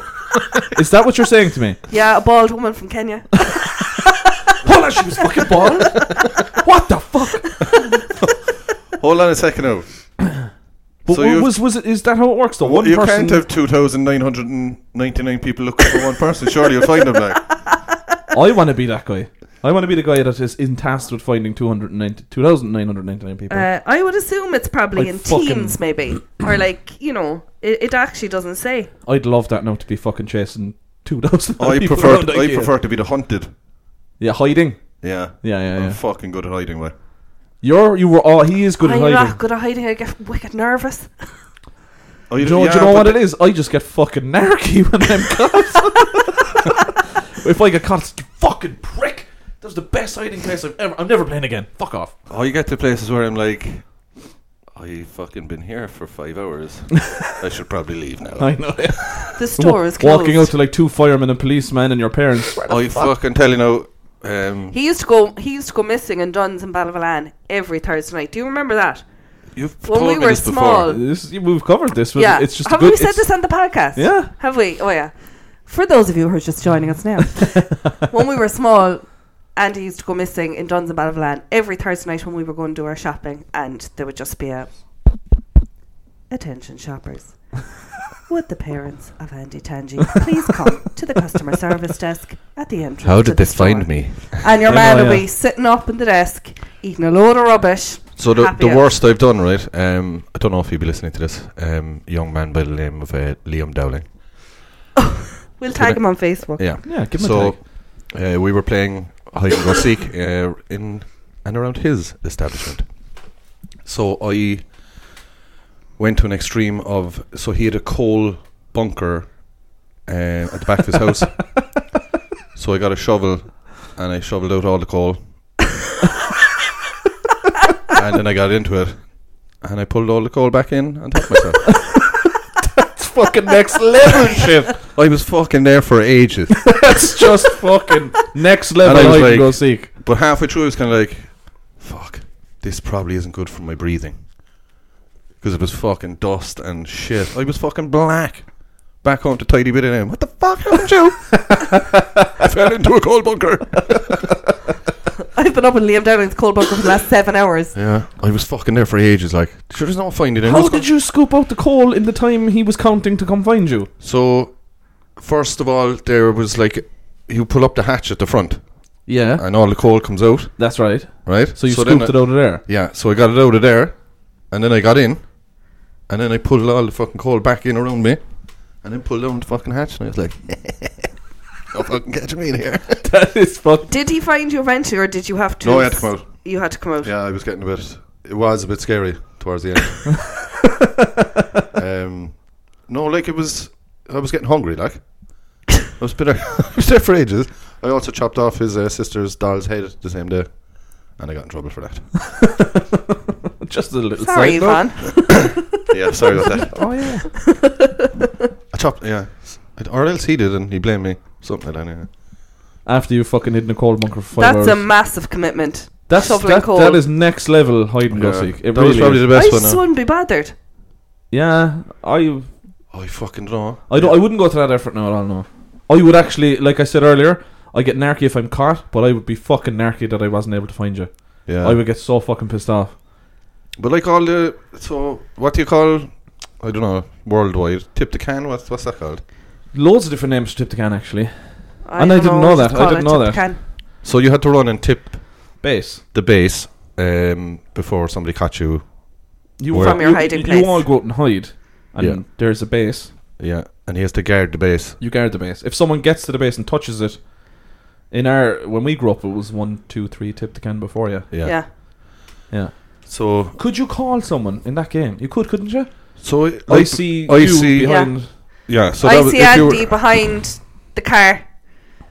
[SPEAKER 1] Is that what you're saying to me?
[SPEAKER 2] Yeah, a bald woman from Kenya.
[SPEAKER 1] Hold on, she was fucking bald. What the fuck?
[SPEAKER 3] Hold on a second now.
[SPEAKER 1] But
[SPEAKER 3] So
[SPEAKER 1] wa-
[SPEAKER 3] you've-
[SPEAKER 1] was was it? Is that how it works? though? one
[SPEAKER 3] you
[SPEAKER 1] person.
[SPEAKER 3] can't have 2,999 people looking for one person. Surely you'll find them, like.
[SPEAKER 1] I want to be that guy. I want to be the guy that is in tasked with finding 290 2,999 people.
[SPEAKER 2] Uh, I would assume it's probably
[SPEAKER 1] Like
[SPEAKER 2] in
[SPEAKER 1] fucking-
[SPEAKER 2] teams, maybe, or like you know, it, it actually doesn't say.
[SPEAKER 1] I'd love that now to be fucking chasing 2,000
[SPEAKER 3] I
[SPEAKER 1] people
[SPEAKER 3] prefer
[SPEAKER 1] around
[SPEAKER 3] I
[SPEAKER 1] IKEA.
[SPEAKER 3] prefer to be the hunted.
[SPEAKER 1] Yeah, hiding.
[SPEAKER 3] Yeah.
[SPEAKER 1] Yeah, yeah,
[SPEAKER 3] I'm
[SPEAKER 1] yeah.
[SPEAKER 3] fucking good at hiding, right?
[SPEAKER 1] You're, you were, oh, he is good at
[SPEAKER 2] I'm
[SPEAKER 1] hiding.
[SPEAKER 2] not good at hiding. I get wicked nervous.
[SPEAKER 3] Oh,
[SPEAKER 1] You know, do you know what it is? I just get fucking narky when I'm caught. if I get caught, it's, you fucking prick. That was the best hiding place I've ever. I'm never playing again. Fuck off.
[SPEAKER 3] Oh, you get to places where I'm like, I fucking been here for five hours. I should probably leave now.
[SPEAKER 1] I know. yeah.
[SPEAKER 2] The store is closed.
[SPEAKER 1] Walking out to like two firemen and policemen and your parents.
[SPEAKER 3] I fucking tell you now. Um,
[SPEAKER 2] he used to go. He used to go missing in Duns and Balvalan every Thursday night. Do you remember that?
[SPEAKER 3] you've
[SPEAKER 2] When
[SPEAKER 3] told
[SPEAKER 2] we
[SPEAKER 3] me
[SPEAKER 2] were
[SPEAKER 3] this before.
[SPEAKER 2] small-
[SPEAKER 1] This, we've covered this. But
[SPEAKER 2] yeah.
[SPEAKER 1] It's just a
[SPEAKER 2] Have
[SPEAKER 1] good.
[SPEAKER 2] we said
[SPEAKER 1] it's-
[SPEAKER 2] this on the podcast?
[SPEAKER 1] Yeah.
[SPEAKER 2] Have we? Oh yeah. For those of you who are just joining us now, when we were small, Andy used to go missing in Duns and Balvalan every Thursday night when we were going to do our shopping, and there would just be a attention shoppers. Would the parents of Andy Tangi please come to the customer service desk at the entrance?
[SPEAKER 3] How
[SPEAKER 2] to
[SPEAKER 3] did
[SPEAKER 2] the
[SPEAKER 3] they find
[SPEAKER 2] store?"
[SPEAKER 3] me?
[SPEAKER 2] And your
[SPEAKER 1] I
[SPEAKER 2] man
[SPEAKER 1] know,
[SPEAKER 2] will
[SPEAKER 1] yeah.
[SPEAKER 2] be sitting up in the desk eating a load of rubbish.
[SPEAKER 3] So the,
[SPEAKER 2] happy
[SPEAKER 3] the
[SPEAKER 2] out.
[SPEAKER 3] worst I've done, right? Um, I don't know if you'll be listening to this. Um, young man by the name of uh, Liam Dowling.
[SPEAKER 2] We'll tag him on Facebook.
[SPEAKER 3] Yeah.
[SPEAKER 1] Yeah, give him a
[SPEAKER 3] So
[SPEAKER 1] tag.
[SPEAKER 3] uh, we were playing hide and go seek uh, in and around his establishment. So I went to an extreme of so he had a coal bunker uh, at the back of his house. so I got a shovel and I shoveled out all the coal. and then I got into it and I pulled all the coal back in and took myself.
[SPEAKER 1] It's fucking next level shit.
[SPEAKER 3] I was fucking there for ages.
[SPEAKER 1] That's just fucking next level.
[SPEAKER 3] And I
[SPEAKER 1] I
[SPEAKER 3] was
[SPEAKER 1] can
[SPEAKER 3] like-
[SPEAKER 1] go seek.
[SPEAKER 3] But halfway through, I was kind of like, fuck, this probably isn't good for my breathing. Because it was fucking dust and shit. I was fucking black. Back home to tidy bit of him. What the fuck happened to you? I fell into a coal bunker.
[SPEAKER 2] I've been up in Liam Downing's cold bunker for the last seven hours.
[SPEAKER 3] Yeah, I was fucking there for ages. Like, sure, there's no finding it.
[SPEAKER 1] How did you scoop out the coal in the time he was counting to come find you?
[SPEAKER 3] So, first of all, there was like, you pull up the hatch at the front,
[SPEAKER 1] Yeah,
[SPEAKER 3] and all the coal comes out,
[SPEAKER 1] that's right.
[SPEAKER 3] right?
[SPEAKER 1] So you
[SPEAKER 3] then
[SPEAKER 1] scooped it out of there.
[SPEAKER 3] Yeah, so I got it out of there, and then I got in, and then I pulled all the fucking coal back in around me, and then pulled down the fucking hatch, and I was like, "No fucking catch me in here."
[SPEAKER 1] That is fuck.
[SPEAKER 2] Did he find you eventually, or did you have to?
[SPEAKER 3] No, I had to come out.
[SPEAKER 2] You had to come out.
[SPEAKER 3] Yeah, I was getting a bit. It was a bit scary towards the end. um, no, like it was. I was getting hungry. Like I was a bit. I was there for ages. I also chopped off his uh, sister's doll's head the same day, and I got in trouble for that.
[SPEAKER 1] Just a little.
[SPEAKER 2] Sorry,
[SPEAKER 1] side note.
[SPEAKER 2] Yvonne.
[SPEAKER 3] yeah, sorry about that.
[SPEAKER 1] Oh yeah.
[SPEAKER 3] I chopped, yeah. It- Or else he did and he blamed me. Something like that, yeah.
[SPEAKER 1] After you fucking hid in a coal bunker for five
[SPEAKER 2] That's a
[SPEAKER 1] hours.
[SPEAKER 2] massive commitment.
[SPEAKER 1] that's
[SPEAKER 2] shoveling
[SPEAKER 1] that,
[SPEAKER 2] coal.
[SPEAKER 1] that is next level hide and go seek. It
[SPEAKER 3] that
[SPEAKER 1] really
[SPEAKER 3] was probably
[SPEAKER 1] is.
[SPEAKER 3] the best
[SPEAKER 2] I
[SPEAKER 3] one.
[SPEAKER 2] just
[SPEAKER 3] uh.
[SPEAKER 2] wouldn't be bothered.
[SPEAKER 1] Yeah, I
[SPEAKER 3] I fucking don't know.
[SPEAKER 1] I don't I wouldn't go to that effort now at all. No, I would actually, like I said earlier, I get narky if I'm caught, but I would be fucking narky that I wasn't able to find you.
[SPEAKER 3] Yeah.
[SPEAKER 1] I would get so fucking pissed off.
[SPEAKER 3] but like all the. So, what do you call. I don't know. Worldwide. Tip the can? What's, what's that called?
[SPEAKER 1] Loads of different names to tip the can actually.
[SPEAKER 2] I
[SPEAKER 1] And I
[SPEAKER 2] don't
[SPEAKER 1] didn't know
[SPEAKER 2] just
[SPEAKER 1] that. I
[SPEAKER 2] call
[SPEAKER 1] didn't
[SPEAKER 2] it
[SPEAKER 1] know
[SPEAKER 2] if
[SPEAKER 1] that.
[SPEAKER 2] Can.
[SPEAKER 3] So, you had to run and tip
[SPEAKER 1] Base.
[SPEAKER 3] the base um, before somebody caught you.
[SPEAKER 1] You
[SPEAKER 3] Where-
[SPEAKER 1] all-
[SPEAKER 2] From your
[SPEAKER 1] you-
[SPEAKER 2] hiding
[SPEAKER 1] you,
[SPEAKER 2] place.
[SPEAKER 1] all go out and hide, and
[SPEAKER 3] Yeah.
[SPEAKER 1] there's a base.
[SPEAKER 3] Yeah. And he has to guard the base.
[SPEAKER 1] You guard the base. If someone gets to the base and touches it, in our when we grew up, it was one, two, three, tip the can before you.
[SPEAKER 3] Yeah.
[SPEAKER 2] Yeah.
[SPEAKER 1] Yeah.
[SPEAKER 3] So,
[SPEAKER 1] Could you call someone in that game? You could, couldn't you?
[SPEAKER 3] so it-
[SPEAKER 1] I
[SPEAKER 3] like,
[SPEAKER 1] see.
[SPEAKER 3] I
[SPEAKER 1] you
[SPEAKER 3] see-
[SPEAKER 1] behind.
[SPEAKER 3] Yeah. So that
[SPEAKER 2] I
[SPEAKER 3] was,
[SPEAKER 2] see
[SPEAKER 3] if you were-
[SPEAKER 2] Andy behind the car,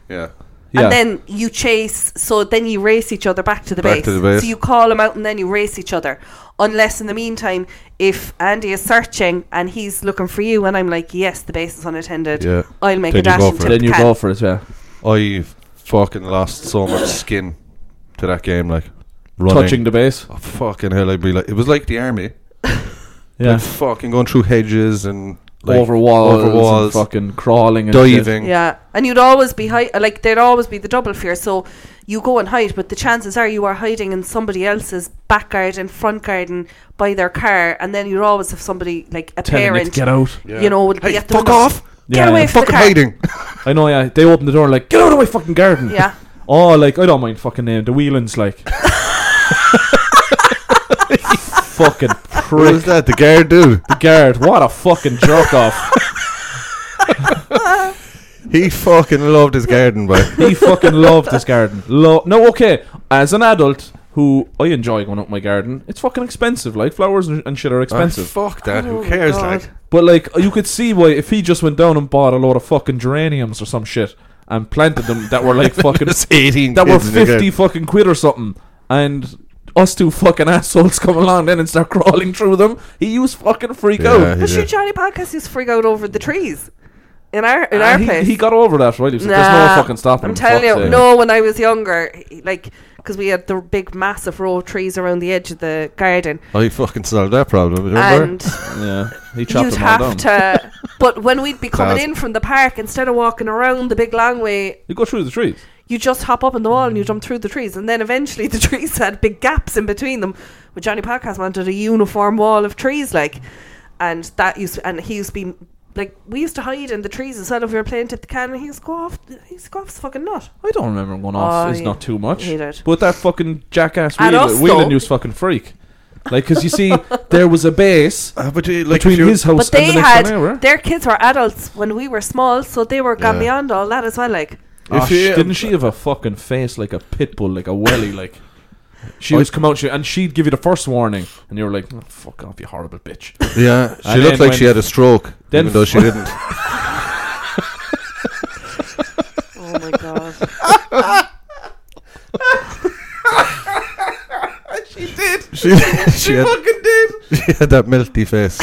[SPEAKER 3] Yeah.
[SPEAKER 1] Yeah.
[SPEAKER 2] and then you chase. So then you race each other back to the
[SPEAKER 3] Back
[SPEAKER 2] base.
[SPEAKER 3] to the base.
[SPEAKER 2] So you call him out, and then you race each other. Unless in the meantime, if Andy is searching and he's looking for you, and I'm like, "Yes, the base is unattended.
[SPEAKER 3] Yeah.
[SPEAKER 2] I'll make a
[SPEAKER 3] Then you
[SPEAKER 2] dash
[SPEAKER 3] go
[SPEAKER 2] and
[SPEAKER 3] for it.
[SPEAKER 2] tip
[SPEAKER 1] then
[SPEAKER 2] the
[SPEAKER 1] you
[SPEAKER 2] can.
[SPEAKER 1] go for it. Yeah.
[SPEAKER 3] I fucking lost so much skin to that game. Like, running.
[SPEAKER 1] Touching the base.
[SPEAKER 3] Oh, fucking hell, I'd be like, it was like the army.
[SPEAKER 1] Yeah.
[SPEAKER 3] Like fucking going through hedges and like
[SPEAKER 1] over walls.
[SPEAKER 3] over
[SPEAKER 1] and
[SPEAKER 3] walls,
[SPEAKER 1] fucking crawling. And shit.
[SPEAKER 3] diving.
[SPEAKER 2] Yeah, and you'd always be hi- like there'd always be the double fear. So you go and hide, but the chances are you are hiding in somebody else's back garden, front garden, by their car, and then you'd always have somebody like a
[SPEAKER 1] Telling you to
[SPEAKER 2] parent,
[SPEAKER 1] get out.
[SPEAKER 2] you know, would be
[SPEAKER 3] Hey,
[SPEAKER 2] at the
[SPEAKER 3] fuck
[SPEAKER 2] window.
[SPEAKER 3] off!
[SPEAKER 2] get
[SPEAKER 1] Yeah,
[SPEAKER 2] away
[SPEAKER 1] yeah.
[SPEAKER 2] from the
[SPEAKER 3] Fucking
[SPEAKER 2] car.
[SPEAKER 3] hiding.
[SPEAKER 1] I know. Yeah. They open the door like, get out of my fucking garden.
[SPEAKER 2] Yeah,
[SPEAKER 1] Oh, like I don't mind fucking name the Whelans, like. fucking
[SPEAKER 3] What
[SPEAKER 1] prick,
[SPEAKER 3] is that? The guard dude.
[SPEAKER 1] the guard. What a fucking jerk off.
[SPEAKER 3] He fucking loved his garden, boy.
[SPEAKER 1] He fucking loved his garden. Lo- no, okay. As an adult who I enjoy going up my garden, it's fucking expensive. Like flowers and, and shit are expensive.
[SPEAKER 3] Ah, fuck that.
[SPEAKER 2] Oh
[SPEAKER 3] Who
[SPEAKER 2] my
[SPEAKER 3] cares?
[SPEAKER 2] God.
[SPEAKER 3] Like,
[SPEAKER 1] But like you could see why if he just went down and bought a lot of fucking geraniums or some shit and planted them that were like fucking
[SPEAKER 3] it's eighteen.
[SPEAKER 1] that were
[SPEAKER 3] kids in the
[SPEAKER 1] fifty fucking quid or something, and us two fucking assholes come along then and start crawling through them, he used fucking freak
[SPEAKER 3] Yeah,
[SPEAKER 1] out.
[SPEAKER 3] he
[SPEAKER 2] But sure,
[SPEAKER 3] did.
[SPEAKER 2] Johnny Podcast used to freak out over the trees in our in our
[SPEAKER 1] And Ah, he,
[SPEAKER 2] place.
[SPEAKER 1] he got over that, right? He was like, There's no fucking stopping.
[SPEAKER 2] I'm
[SPEAKER 1] him,
[SPEAKER 2] telling
[SPEAKER 1] fuck's
[SPEAKER 2] you,
[SPEAKER 1] sake."
[SPEAKER 2] no. When I was younger, he- like because we had the big, massive row of trees around the edge of the garden,
[SPEAKER 3] I Oh, fucking solved that problem. Remember?
[SPEAKER 2] and
[SPEAKER 1] Yeah, he chopped
[SPEAKER 2] you'd
[SPEAKER 1] them all down.
[SPEAKER 2] have to. But when we'd be coming
[SPEAKER 3] Class.
[SPEAKER 2] in from the park, instead of walking around the big long way,
[SPEAKER 1] you go through the trees.
[SPEAKER 2] you just hop up on the wall and you jump through the trees, and then eventually the trees had big gaps in between them. But Johnny Podcast wanted a uniform wall of trees, like, and that used and he used to be like we used to hide in the trees as well if we were playing tit the can, and he used to go off, he used to go off his fucking nut.
[SPEAKER 1] I don't remember him going off.
[SPEAKER 2] Oh,
[SPEAKER 1] It's
[SPEAKER 2] he-
[SPEAKER 1] not too much.
[SPEAKER 2] he did.
[SPEAKER 1] But that fucking jackass
[SPEAKER 2] And
[SPEAKER 1] Whelan,
[SPEAKER 2] us,
[SPEAKER 1] Whelan
[SPEAKER 2] though.
[SPEAKER 1] was fucking freak. Like, because you see, there was a base
[SPEAKER 3] Ah, but you, like,
[SPEAKER 1] between
[SPEAKER 3] if you-
[SPEAKER 1] his house
[SPEAKER 2] But they
[SPEAKER 1] and the next
[SPEAKER 2] had
[SPEAKER 1] one over.
[SPEAKER 2] their kids were adults when we were small, so they were gone
[SPEAKER 3] Yeah.
[SPEAKER 2] beyond all that as well. Like,
[SPEAKER 1] Oh,
[SPEAKER 3] If you-
[SPEAKER 1] sh- didn't she have a fucking face like a pit bull, like a welly, like? She
[SPEAKER 3] I-
[SPEAKER 1] was come out, she, and she'd give you the first warning, and you were like, oh, "Fuck off, you horrible bitch."
[SPEAKER 3] Yeah, she
[SPEAKER 1] And
[SPEAKER 3] looked
[SPEAKER 1] then
[SPEAKER 3] like she
[SPEAKER 1] when-
[SPEAKER 3] had a stroke,
[SPEAKER 1] Then
[SPEAKER 3] even though she didn't.
[SPEAKER 2] oh my god,
[SPEAKER 3] She, she, had,
[SPEAKER 1] fucking did.
[SPEAKER 3] she had that melty face.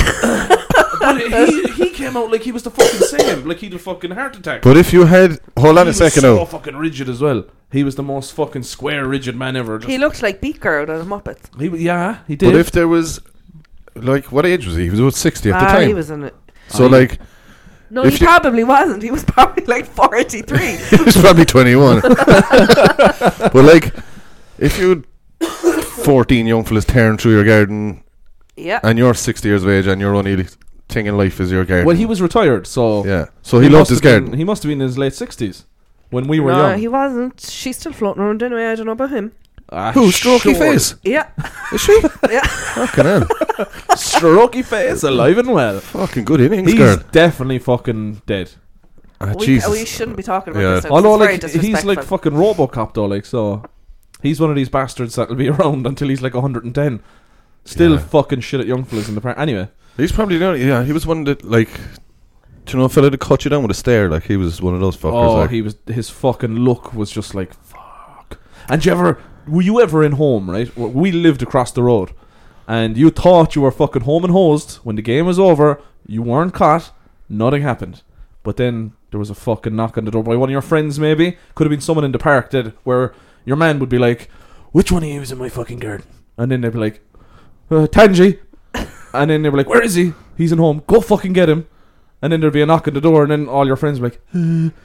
[SPEAKER 1] But he, he came out like he was the fucking same, like he'd a fucking heart attack.
[SPEAKER 3] But if you had, hold on
[SPEAKER 1] he
[SPEAKER 3] a
[SPEAKER 1] was
[SPEAKER 3] second
[SPEAKER 1] so
[SPEAKER 3] now.
[SPEAKER 1] fucking rigid as well. He was the most fucking square, rigid man ever. Just,
[SPEAKER 2] he looked like Beat Girl out of the Muppets.
[SPEAKER 1] he, w- yeah, he did.
[SPEAKER 3] But if there was, like, what age was he? He was about sixty at the
[SPEAKER 2] Ah,
[SPEAKER 3] time.
[SPEAKER 2] he was in it.
[SPEAKER 3] so
[SPEAKER 1] Oh, yeah.
[SPEAKER 3] like,
[SPEAKER 2] No,
[SPEAKER 3] If
[SPEAKER 2] he
[SPEAKER 3] you-
[SPEAKER 2] probably wasn't. He was probably like forty-three.
[SPEAKER 3] he was probably twenty-one. but like, if you fourteen young fellas tearing through your garden,
[SPEAKER 2] yeah.
[SPEAKER 3] and you're sixty years of age, and your only thing in life is your garden.
[SPEAKER 1] well, he was retired, so
[SPEAKER 3] yeah. So he,
[SPEAKER 1] must
[SPEAKER 3] loved his
[SPEAKER 1] have been-
[SPEAKER 3] garden.
[SPEAKER 1] he must have been in his late sixties when we were
[SPEAKER 2] no,
[SPEAKER 1] young.
[SPEAKER 2] he wasn't. She's still floating around anyway. I don't know about him.
[SPEAKER 1] Ah,
[SPEAKER 3] Who strokey
[SPEAKER 1] sure.
[SPEAKER 3] face?
[SPEAKER 2] Yeah,
[SPEAKER 3] Is she?
[SPEAKER 2] yeah.
[SPEAKER 3] fucking hell.
[SPEAKER 1] strokey face, alive and well.
[SPEAKER 3] Fucking good innings,
[SPEAKER 1] He's
[SPEAKER 3] girl.
[SPEAKER 1] definitely fucking dead.
[SPEAKER 3] Ah,
[SPEAKER 2] we,
[SPEAKER 3] Jesus.
[SPEAKER 2] we shouldn't be talking about
[SPEAKER 3] Yeah.
[SPEAKER 2] this. Now, 'cause it's
[SPEAKER 1] Although,
[SPEAKER 2] very
[SPEAKER 1] like, he's like
[SPEAKER 2] disrespectful.
[SPEAKER 1] fucking RoboCop, though. Like, so he's one of these bastards that'll be around until he's like 110, still
[SPEAKER 3] Yeah.
[SPEAKER 1] fucking shit at young fellas in the park. Anyway,
[SPEAKER 3] He's probably the only, yeah. He was one that like, do you know, a fella that cut you down with a stare. Like he was one of those fuckers.
[SPEAKER 1] oh,
[SPEAKER 3] like.
[SPEAKER 1] he was his fucking look was just like fuck. And you ever were you ever in home? Right, Well, we lived across the road, and you thought you were fucking home and hosed when the game was over. You weren't caught. Nothing happened. But then there was a fucking knock on the door by one of your friends. Maybe could have been someone in the park. Did where your man would be like, "Which one of you is in my fucking garden?" And then they'd be like, uh, "Tangy," and then they'd be like, "Where is he? He's in home. Go fucking get him." And then there'd be a knock on the door, and then all your friends would be like, "Uh,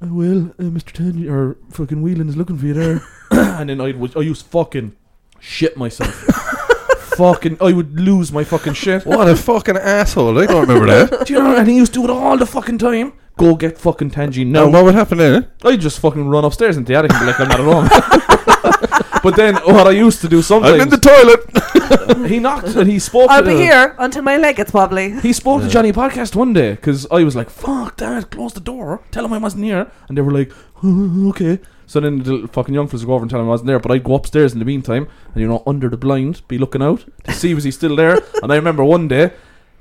[SPEAKER 1] I will, uh, Mr. Tangy, or fucking Whelan is looking for you there. and then I would, I used fucking shit myself. fucking, I would lose my fucking shit.
[SPEAKER 3] What a fucking asshole! I don't remember that.
[SPEAKER 1] Do you know? And he used to do it all the fucking time. Go get fucking Tangy now.
[SPEAKER 3] And what would happen then?
[SPEAKER 1] I just fucking run upstairs into the attic and be like, I'm not at home. but then what I used to do sometimes,
[SPEAKER 3] I'm in the toilet.
[SPEAKER 1] he knocked and he spoke.
[SPEAKER 2] I'll
[SPEAKER 1] to
[SPEAKER 2] be
[SPEAKER 1] the-
[SPEAKER 2] here until my leg gets wobbly.
[SPEAKER 1] He spoke to Johnny Podcast one day because I was like, "Fuck, Dad, close the door. Tell him I wasn't here." And they were like, "Okay." So then the little fucking young fellas would go over and tell him I wasn't there, but I'd go upstairs in the meantime, and you know, under the blind, be looking out to see was he still there. and I remember one day,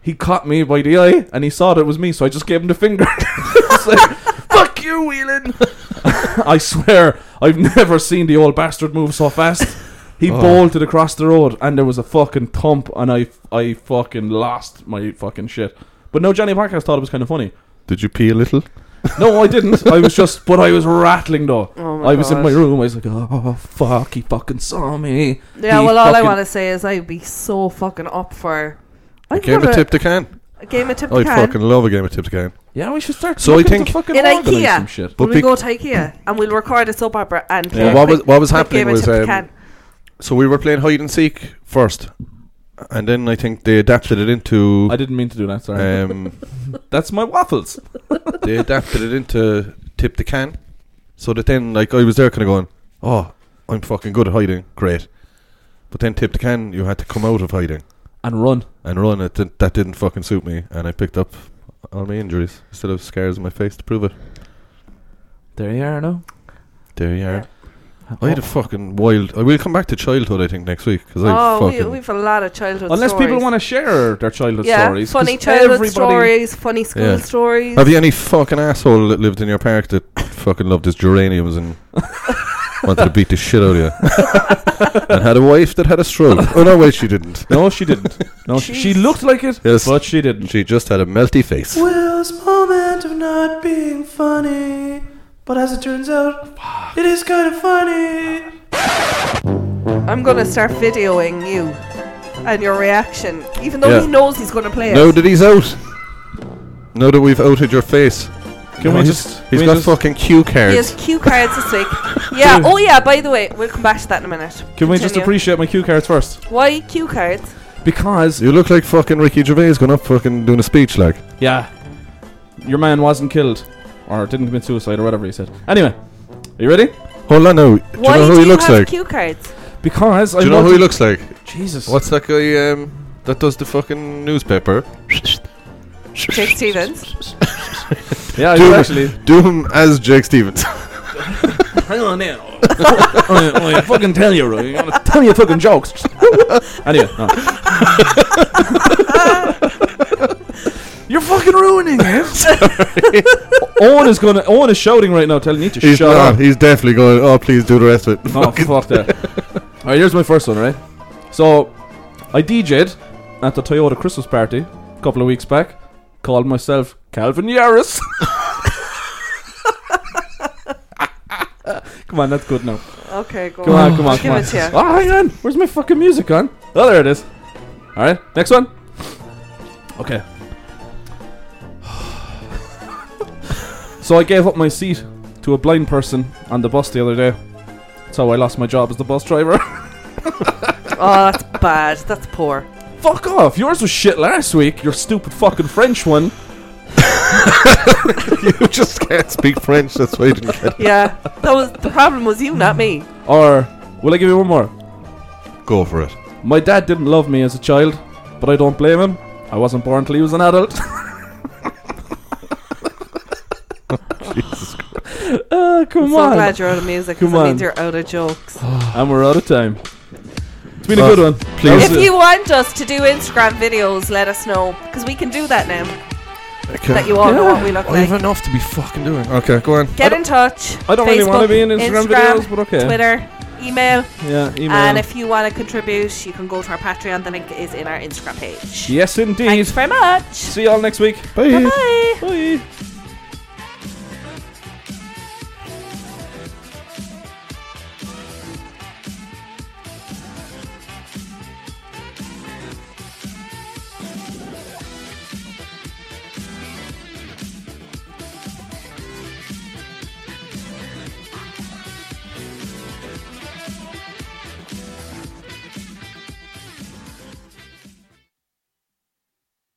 [SPEAKER 1] he caught me by the eye, and he saw that it was me, so I just gave him the finger. It's like, "Fuck you, Whelan." I swear, I've never seen the old bastard move so fast. He
[SPEAKER 3] Oh.
[SPEAKER 1] bolted across the road, and there was a fucking thump, and I, I fucking lost my fucking shit. But no, Johnny Podcast thought it was kind of funny.
[SPEAKER 3] Did you pee a little?
[SPEAKER 1] No, I didn't. I was just, but I was rattling though.
[SPEAKER 2] Oh my
[SPEAKER 1] I was in
[SPEAKER 2] God.
[SPEAKER 1] my room. I was like, oh fuck, he fucking saw me.
[SPEAKER 2] Yeah,
[SPEAKER 1] He
[SPEAKER 2] well, all I
[SPEAKER 1] fucking-
[SPEAKER 2] want to say is I'd be so fucking up for. I
[SPEAKER 3] Game of tip to can.
[SPEAKER 2] A game of tip
[SPEAKER 3] I
[SPEAKER 2] can.
[SPEAKER 3] fucking love a game of tip to can.
[SPEAKER 1] Yeah, we should start.
[SPEAKER 3] So I
[SPEAKER 1] looking to
[SPEAKER 3] think-
[SPEAKER 1] fucking
[SPEAKER 2] In
[SPEAKER 1] organise
[SPEAKER 2] IKEA.
[SPEAKER 1] some shit.
[SPEAKER 3] But
[SPEAKER 2] when we
[SPEAKER 3] big-
[SPEAKER 2] go to IKEA and we'll record a soap opera and play
[SPEAKER 1] Yeah.
[SPEAKER 2] a
[SPEAKER 3] Well, what
[SPEAKER 2] quick-
[SPEAKER 3] was what was
[SPEAKER 2] quick
[SPEAKER 3] happening
[SPEAKER 2] game of
[SPEAKER 3] was
[SPEAKER 2] tip to
[SPEAKER 3] um,
[SPEAKER 2] can.
[SPEAKER 3] so we were playing hide and seek first, and then I think they adapted it into
[SPEAKER 1] I didn't mean to do that. Sorry.
[SPEAKER 3] um
[SPEAKER 1] That's my waffles.
[SPEAKER 3] they adapted it into tip to can. So that then, like, I was there kind of going, oh, I'm fucking good at hiding. Great. But then tip the can, you had to come out of hiding
[SPEAKER 1] and run.
[SPEAKER 3] and run. It did, that didn't fucking suit me, and I picked up all my injuries instead of scars on my face to prove it.
[SPEAKER 1] There you are now.
[SPEAKER 3] There you are. I had a fucking wild. I will come back to childhood, I think, next week because I
[SPEAKER 2] Oh, we,
[SPEAKER 3] fucking.
[SPEAKER 2] we've a lot of childhood
[SPEAKER 1] Unless people
[SPEAKER 2] stories.
[SPEAKER 1] want to share their childhood
[SPEAKER 2] yeah,
[SPEAKER 1] stories. 'cause
[SPEAKER 2] funny childhood
[SPEAKER 1] everybody-
[SPEAKER 2] stories, funny school
[SPEAKER 3] Yeah.
[SPEAKER 2] stories.
[SPEAKER 3] Have you any fucking asshole that lived in your park that fucking loved his geraniums and wanted to beat the shit out of you? and had a wife that had a stroke. Oh no, wait, she didn't.
[SPEAKER 1] No, she didn't. No, she, she
[SPEAKER 2] Jeez.
[SPEAKER 1] looked like it,
[SPEAKER 3] Yes.
[SPEAKER 1] but she didn't.
[SPEAKER 3] She just had a melty face.
[SPEAKER 5] Will's moment of not being funny, but as it turns out, it is kind of funny.
[SPEAKER 2] I'm gonna start videoing you and your reaction, even though
[SPEAKER 3] Yeah.
[SPEAKER 2] he knows he's gonna play
[SPEAKER 3] Now
[SPEAKER 2] it.
[SPEAKER 3] that he's out. Now that we've outed your face.
[SPEAKER 1] Can we
[SPEAKER 3] he's-
[SPEAKER 1] just?
[SPEAKER 3] He's
[SPEAKER 1] we
[SPEAKER 3] got
[SPEAKER 1] just-
[SPEAKER 3] fucking cue cards.
[SPEAKER 2] He has cue cards this week. Yeah. Oh yeah. By the way, we'll come back to that in a minute.
[SPEAKER 1] Can we just
[SPEAKER 2] Continue.
[SPEAKER 1] appreciate my cue cards first?
[SPEAKER 2] why cue cards?
[SPEAKER 1] Because
[SPEAKER 3] You look like fucking Ricky Gervais going up fucking doing a speech like.
[SPEAKER 1] yeah, your man wasn't killed, or didn't commit suicide, or whatever he said. Anyway, are you ready?
[SPEAKER 3] Hold on now. Do
[SPEAKER 2] why
[SPEAKER 3] you know who
[SPEAKER 2] do
[SPEAKER 3] he
[SPEAKER 2] you
[SPEAKER 3] looks
[SPEAKER 2] have
[SPEAKER 3] like?
[SPEAKER 2] cue cards?
[SPEAKER 1] Because I
[SPEAKER 3] Do you know who he
[SPEAKER 1] wanted-
[SPEAKER 3] looks like?
[SPEAKER 1] Jesus.
[SPEAKER 3] What's that guy um, that does the fucking newspaper?
[SPEAKER 2] Jake Stevens.
[SPEAKER 1] Yeah, I
[SPEAKER 3] Dude.
[SPEAKER 1] do actually.
[SPEAKER 3] Do him as Jake Stevens.
[SPEAKER 1] Hang on now. I, I oh, fucking tell you, right? I'm gonna tell you fucking jokes. anyway, no. You're fucking ruining it. Owen is gonna. Owen is shouting right now, telling me to
[SPEAKER 3] He's
[SPEAKER 1] shut
[SPEAKER 3] not.
[SPEAKER 1] up.
[SPEAKER 3] He's definitely going. Oh, please do the rest of it.
[SPEAKER 1] Oh fuck that. All right, here's my first one. Right, so I DJ'd at the Toyota Christmas party a couple of weeks back. Called myself Calvin Yaris. Come on, that's good now.
[SPEAKER 2] Okay, go
[SPEAKER 1] Come on, come on,
[SPEAKER 2] Give
[SPEAKER 1] come on.
[SPEAKER 2] it to you.
[SPEAKER 1] Oh, hang on. Where's my fucking music on? Oh, there it is. All right, next one. Okay. so I gave up my seat to a blind person on the bus the other day. That's how I lost my job as the bus driver.
[SPEAKER 2] Oh, that's bad. That's poor.
[SPEAKER 1] Fuck off. Yours was shit last week. Your stupid fucking French one.
[SPEAKER 3] you just can't speak French. That's why you didn't get
[SPEAKER 2] Yeah, that was the problem. Was you, not me.
[SPEAKER 1] Or will I give you one more?
[SPEAKER 3] Go for it.
[SPEAKER 1] My dad didn't love me as a child, but I don't blame him. I wasn't born till he was an adult. Ah, come
[SPEAKER 2] I'm
[SPEAKER 1] on.
[SPEAKER 2] so glad you're out of music. 'cause
[SPEAKER 1] Come
[SPEAKER 2] that
[SPEAKER 1] on.
[SPEAKER 2] means you're out of jokes.
[SPEAKER 1] And we're out of time. It's been
[SPEAKER 3] Well,
[SPEAKER 1] a good one.
[SPEAKER 3] please-
[SPEAKER 1] That
[SPEAKER 2] If
[SPEAKER 1] was
[SPEAKER 2] you want us to do Instagram videos, let us know because we can do that now. That you all know what we look
[SPEAKER 3] I have
[SPEAKER 2] like.
[SPEAKER 3] enough to be fucking doing. Okay, go on.
[SPEAKER 2] Get in touch.
[SPEAKER 1] I don't really want to
[SPEAKER 2] Facebook,
[SPEAKER 1] be in Instagram, videos, but okay.
[SPEAKER 2] Twitter, email,
[SPEAKER 1] Yeah, email.
[SPEAKER 2] and if you want to contribute, you can go to our Patreon. The link is in our Instagram page.
[SPEAKER 1] yes, indeed.
[SPEAKER 2] Thanks very much.
[SPEAKER 1] See you all next week.
[SPEAKER 2] Bye bye.
[SPEAKER 1] Bye.